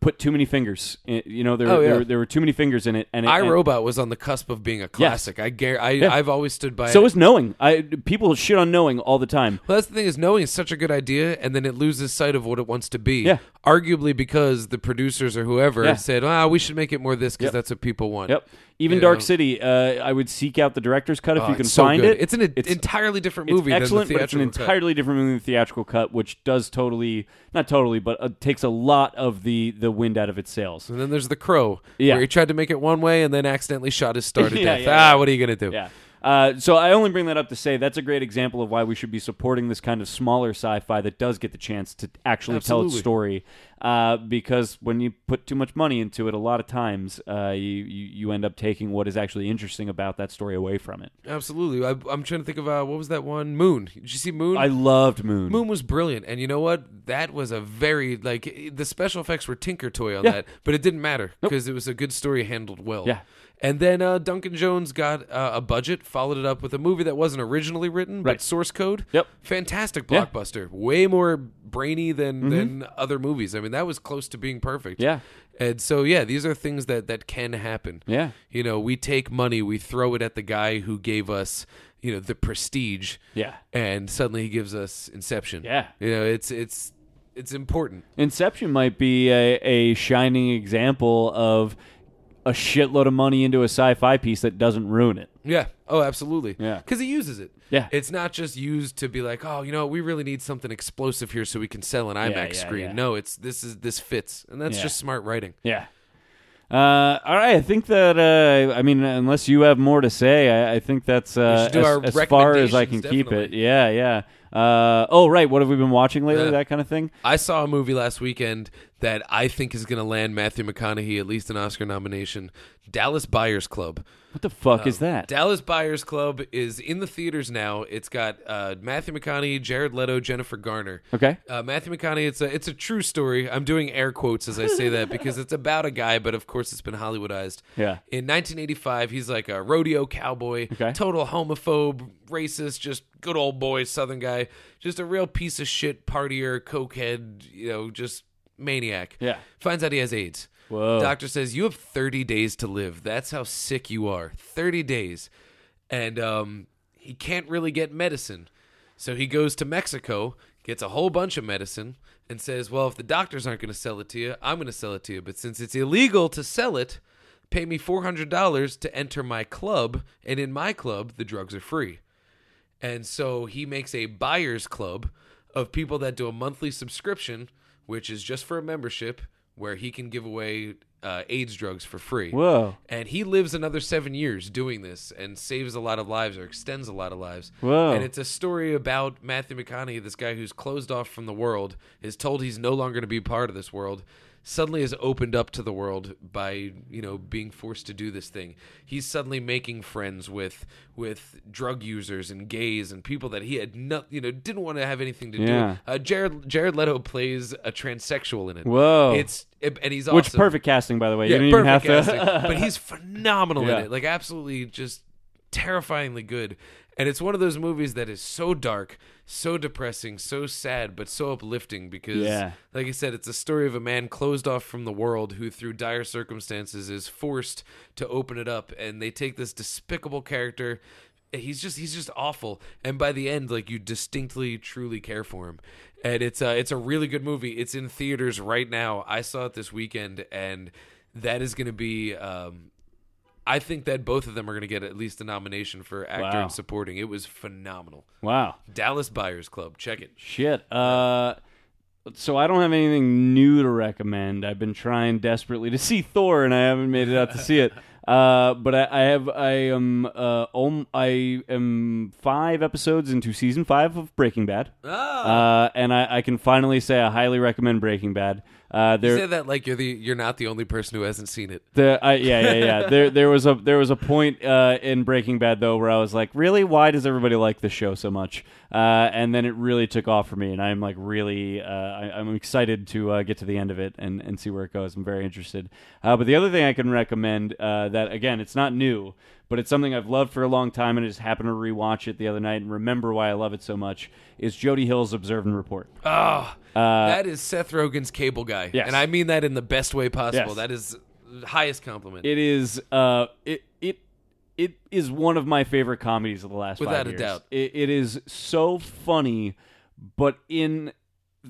put too many fingers. I- You know, there, Oh, yeah. there, there were too many fingers in it, and it, I and- Robot was on the cusp of being a classic. I, gar- I I've always stood by. So it. is knowing. I people shit on knowing all the time. Well, that's the thing is knowing is such a good idea, and then it loses sight of what it wants to be. Yeah. Arguably because the producers or whoever Yeah. said, "Ah, we should make it more this because that's what people want." Yep. Even Yeah. Dark City, uh, I would seek out the director's cut if Oh, you can it's so find good. it. It's an entirely different it's movie excellent, than the but it's an theatrical cut. entirely different movie than the theatrical cut, which does totally not totally, but uh, takes a lot of the the wind out of its sails. And then there's the crow, Yeah. where he tried to make it one way and then accidentally shot his star to Yeah, death. yeah, ah, yeah. what are you gonna do? Yeah. Uh, so I only bring that up to say that's a great example of why we should be supporting this kind of smaller sci-fi that does get the chance to actually tell its Absolutely. story. Uh, because when you put too much money into it, a lot of times uh, you, you you end up taking what is actually interesting about that story away from it. Absolutely. I, I'm trying to think of uh, what was that one? Moon. Did you see Moon? I loved Moon. Moon was brilliant, and you know what? That was a very like i- the special effects were tinker toy on Yeah. that, but it didn't matter because it was a good story handled well. Yeah. And then uh, Duncan Jones got uh, a budget, followed it up with a movie that wasn't originally written, but Right. source code. Yep. Fantastic Yeah. Mm-hmm. blockbuster. Way more brainy than than other movies. I mean, that was close to being perfect. Yeah. And so yeah, these are things that that can happen. Yeah. You know, we take money, we throw it at the guy who gave us, you know, the prestige Yeah. and suddenly he gives us Inception. Yeah. you know it's it's it's important. Inception might be a, a shining example of a shitload of money into a sci-fi piece that doesn't ruin it. Yeah. Oh, absolutely. Yeah. Because he uses it. Yeah. It's not just used to be like, oh, you know, we really need something explosive here so we can sell an IMAX yeah, screen. yeah. No, it's this is this fits, and that's Yeah. just smart writing. Yeah. Uh, all right, I think that uh, I mean, unless you have more to say, I, I think that's uh, should do our as, as far as I can recommendations, keep it. definitely. Yeah, yeah. Uh, oh, right. What have we been watching lately? Yeah. That kind of thing. I saw a movie last weekend that I think is going to land Matthew McConaughey at least an Oscar nomination. Dallas Buyers Club. What the fuck Oh, is that? Dallas Buyers Club is in the theaters now. It's got uh, Matthew McConaughey, Jared Leto, Jennifer Garner. Okay. Uh, Matthew McConaughey. It's a it's a true story. I'm doing air quotes as I say that because it's about a guy, but of course it's been Hollywoodized. Yeah. In 1985, he's like a rodeo cowboy, Okay. total homophobe, racist, just good old boy Southern guy, just a real piece of shit partier, cokehead, you know, just maniac. Yeah. Finds out he has AIDS. Whoa. Doctor says you have 30 days to live. That's how sick you are. 30 days, and um, he can't really get medicine. So he goes to Mexico, gets a whole bunch of medicine, and says, Well, if the doctors aren't going to sell it to you, I'm going to sell it to you. But since it's illegal to sell it, pay me $400 to enter my club. And in my club, the drugs are free. And so he makes a buyer's club of people that do a monthly subscription, which is just for a membership, where he can give away uh, AIDS drugs for free. Whoa. And he lives another seven years doing this and saves a lot of lives or extends a lot of lives. Whoa. And it's a story about Matthew McConaughey, this guy who's closed off from the world, is told he's no longer going to be part of this world, suddenly is opened up to the world by, you know, being forced to do this thing. He's suddenly making friends with with drug users and gays and people that he had not, you know, didn't want to have anything to Yeah. do. Uh, Jared Jared Leto plays a transsexual in it. Whoa. It's and he's Which awesome perfect casting, by the way. you don't even have perfect to. casting. but he's phenomenal Yeah. in it. Like absolutely just terrifyingly good. And it's one of those movies that is so dark, so depressing, so sad, but so uplifting because Yeah. like I said, it's a story of a man closed off from the world who through dire circumstances is forced to open it up and they take this despicable character He's just he's just awful, and by the end, like you distinctly, truly care for him, and it's uh it's a really good movie. It's in theaters right now. I saw it this weekend, and that is going to be um I think that both of them are going to get at least a nomination for actor Wow. and supporting. It was phenomenal. wow. Dallas Buyers Club, check it. Shit. Uh, so I don't have anything new to recommend. I've been trying desperately to see Thor, and I haven't made it out to see it. Uh, but I, I have. I am. Uh, om, I am five episodes into season five of Breaking Bad, uh, and I, I can finally say I highly recommend Breaking Bad. Uh, there, Say that like you're the you're not the only person who hasn't seen it. the, I, yeah, yeah, yeah. there, there was a there was a point uh, in Breaking Bad though where I was like, really, why does everybody like this show so much? Uh, and then it really took off for me, and I'm like, really, uh, I, I'm excited to uh, get to the end of it and, and see where it goes. I'm very interested. Uh, but the other thing I can recommend uh, that again, it's not new, but it's something I've loved for a long time, and I just happened to rewatch it the other night and remember why I love it so much. Is Jody Hill's Observe and Report? Oh, that is Seth Rogen's cable guy. Uh, Yes. And I mean that in the best way possible. Yes. That is the highest compliment. It is uh it it it is one of my favorite comedies of the last Without five a years. doubt. It, it is so funny, but in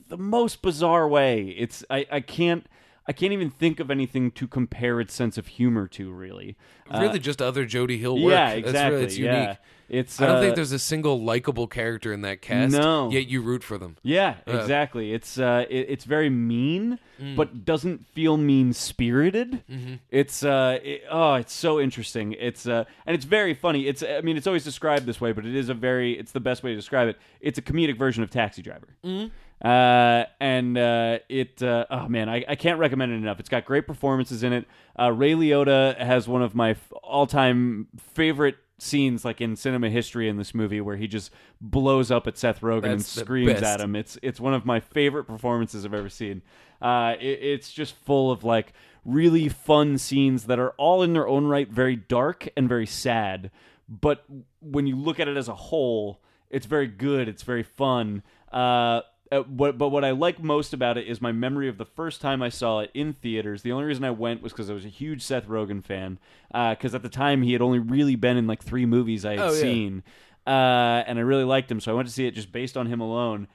the most bizarre way. It's I, I can't I can't even think of anything to compare its sense of humor to really. Uh, really just other Jody Hill work. Yeah, exactly. That's really, it's unique. Yeah. It's I don't uh, think there's a single likable character in that cast. No. Yet you root for them. Yeah, exactly. it's uh, it, it's very mean, Mm. but doesn't feel mean spirited. Mm-hmm. It's uh, it, oh, it's so interesting. It's uh, and it's very funny. It's I mean, it's always described this way, but it is a very it's the best way to describe it. It's a comedic version of Taxi Driver. Mm-hmm. Uh, and uh, it uh, oh man, I, I can't recommend it enough. It's got great performances in it. Uh, Ray Liotta has one of my f- all-time favorite scenes like in cinema history in this movie where he just blows up at Seth Rogen and That's the screams best. at him. It's it's one of my favorite performances I've ever seen. Uh, it- it's just full of like really fun scenes that are all in their own right very dark and very sad, but when you look at it as a whole, it's very good. It's very fun. Uh, uh, what, but what I like most about it is my memory of the first time I saw it in theaters. The only reason I went was because I was a huge Seth Rogen fan. Because at the time he had only really been in like three movies I had Oh, yeah. seen, uh, and I really liked him, so I went to see it just based on him alone.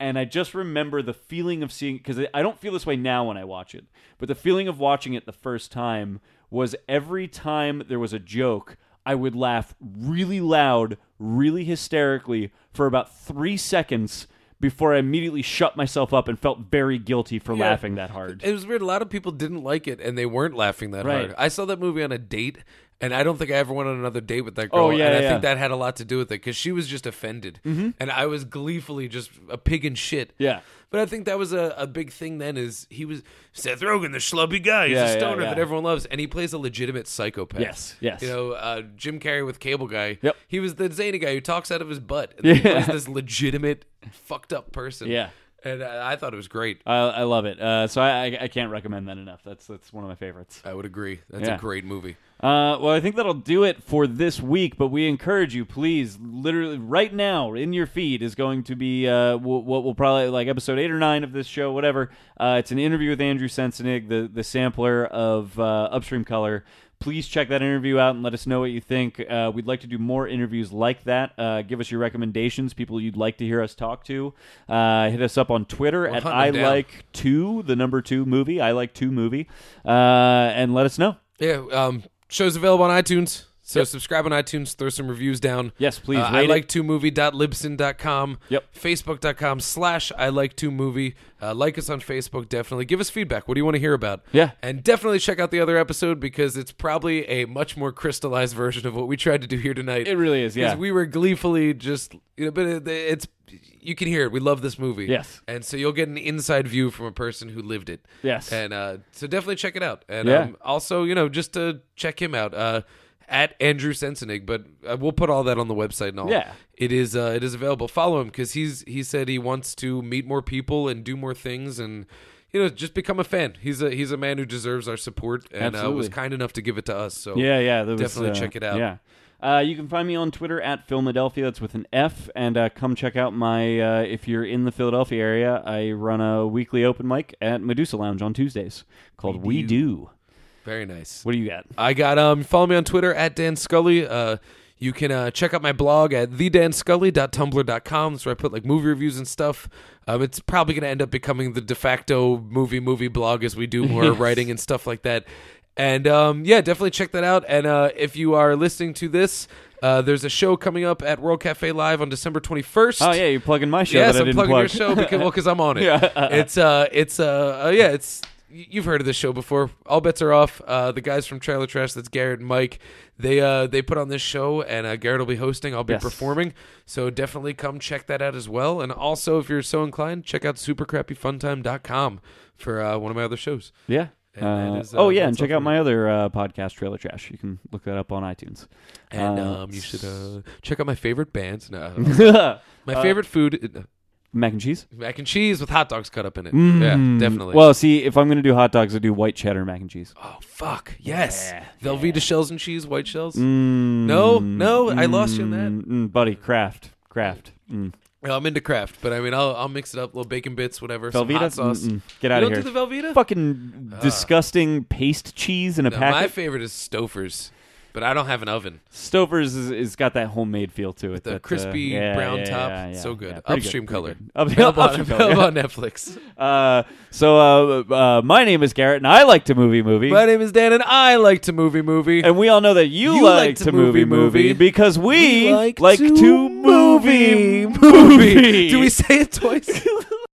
And I just remember the feeling of seeing because I don't feel this way now when I watch it, but the feeling of watching it the first time was every time there was a joke, I would laugh really loud, really hysterically for about three seconds before I immediately shut myself up and felt very guilty for laughing that hard. It was weird. A lot of people didn't like it, and they weren't laughing that Right. hard. I saw that movie on a date, and I don't think I ever went on another date with that girl. Oh, yeah, and I yeah. Mm-hmm. think that had a lot to do with it because she was just offended, and I was gleefully just a pig in shit. Yeah. But I think that was a, a big thing then. Is he was Seth Rogen, the schlubby guy, he's Yeah, a yeah, stoner yeah. that everyone loves, and he plays a legitimate psychopath. Yes, yes. You know, uh, Jim Carrey with Cable Guy. Yep. He was the zany guy who talks out of his butt. And he Yeah. plays this legitimate fucked up person. Yeah. And I, I thought it was great. I, I love it. Uh, so I, I, I can't recommend that enough. That's that's one of my favorites. I would agree. That's Yeah. a great movie. Uh, well, I think that'll do it for this week. But we encourage you, please, literally right now in your feed is going to be uh, wh- what will probably like episode eight or nine of this show, whatever. Uh, it's an interview with Andrew Sensenig, the the sampler of uh, Upstream Color. Please check that interview out and let us know what you think. Uh, we'd like to do more interviews like that. Uh, give us your recommendations, people you'd like to hear us talk to. Uh, hit us up on Twitter at I hunt them down. like two, the number two movie. I like two movie, uh, and let us know. Yeah, um, show's available on iTunes. So subscribe on iTunes, throw some reviews down. Yes, please, Uh, I rate it. like to movie.libsyn.com. Yep. Facebook.com slash I like to movie. Uh, like us on Facebook, definitely. Give us feedback. What do you want to hear about? Yeah. And definitely check out the other episode because it's probably a much more crystallized version of what we tried to do here tonight. It really is, yeah. Because we were gleefully just, you know, but it, it's, you can hear it. We love this movie. Yes. And so you'll get an inside view from a person who lived it. Yes. And uh, so definitely check it out. And Yeah. um, also, you know, just to check him out uh, at Andrew Sensenig, but uh, we'll put all that on the website and all. Yeah. It is uh, it is available. Follow him because he's he said he wants to meet more people and do more things and you know just become a fan. He's a he's a man who deserves our support and uh, Absolutely. was kind enough to give it to us. So Yeah, yeah. That was, definitely uh, check it out. Yeah. Uh, you can find me on Twitter at Philadelphia. That's with an F. And uh, come check out my, uh, if you're in the Philadelphia area, I run a weekly open mic at Medusa Lounge on Tuesdays called We, do. Very nice. What do you got? I got um follow me on Twitter at Dan Scully. Uh you can uh, check out my blog at thedanscully.tumblr.com. That's where I put like movie reviews and stuff. Um, it's probably going to end up becoming the de facto movie movie blog as we do more writing and stuff like that. And um, yeah, definitely check that out. And uh, if you are listening to this, uh, there's a show coming up at World Cafe Live on December 21st. Oh, yeah, you're plugging my show yes, that I I'm didn't plugging plug. your show because well, because I'm on it. It's uh, it's uh, uh, yeah, it's y- you've heard of this show before. All bets are off. Uh, the guys from Trailer Trash, that's Garrett and Mike. They uh, they put on this show, and uh, Garrett will be hosting. I'll be Yes. performing, so definitely come check that out as well. And also, if you're so inclined, check out supercrappyfuntime.com for uh, one of my other shows. yeah. And that Uh, is, uh, oh, yeah. And that's check all out for my other uh, podcast, Trailer Trash. You can look that up on iTunes. And Uh, um, you should uh, check out my favorite bands. No, my my favorite food. Mac and cheese. Hmm. Mac and cheese with hot dogs cut up in it. Yeah, definitely. Mm. Well, see, if I'm going to do hot dogs, I do white cheddar mac and cheese. oh fuck, yes, Yeah, Velveeta shells and cheese, white shells. no, no, I lost you in that. Mm, mm, buddy, Kraft, Kraft, mm. Well, I'm into craft, but I mean, I'll I'll mix it up, little bacon bits, whatever, some Velveeta, hot sauce. Mm-mm. get You out of don't here. do the Velveeta? Fucking disgusting paste cheese in a No, my packet. favorite is Stouffer's, but I don't have an oven. Stover's is, is got that homemade feel to it. The that, uh, crispy yeah, brown yeah, top, yeah, yeah, so good. yeah, pretty Upstream pretty color. good. Up- Available on- upstream color. available yeah. on Netflix. Uh, so uh, uh, my name is Garrett, and I like to movie movie. My name is Dan, and I like to movie movie. and we all know that you, You like, to movie movie because we, like, to, movie Do we say it twice?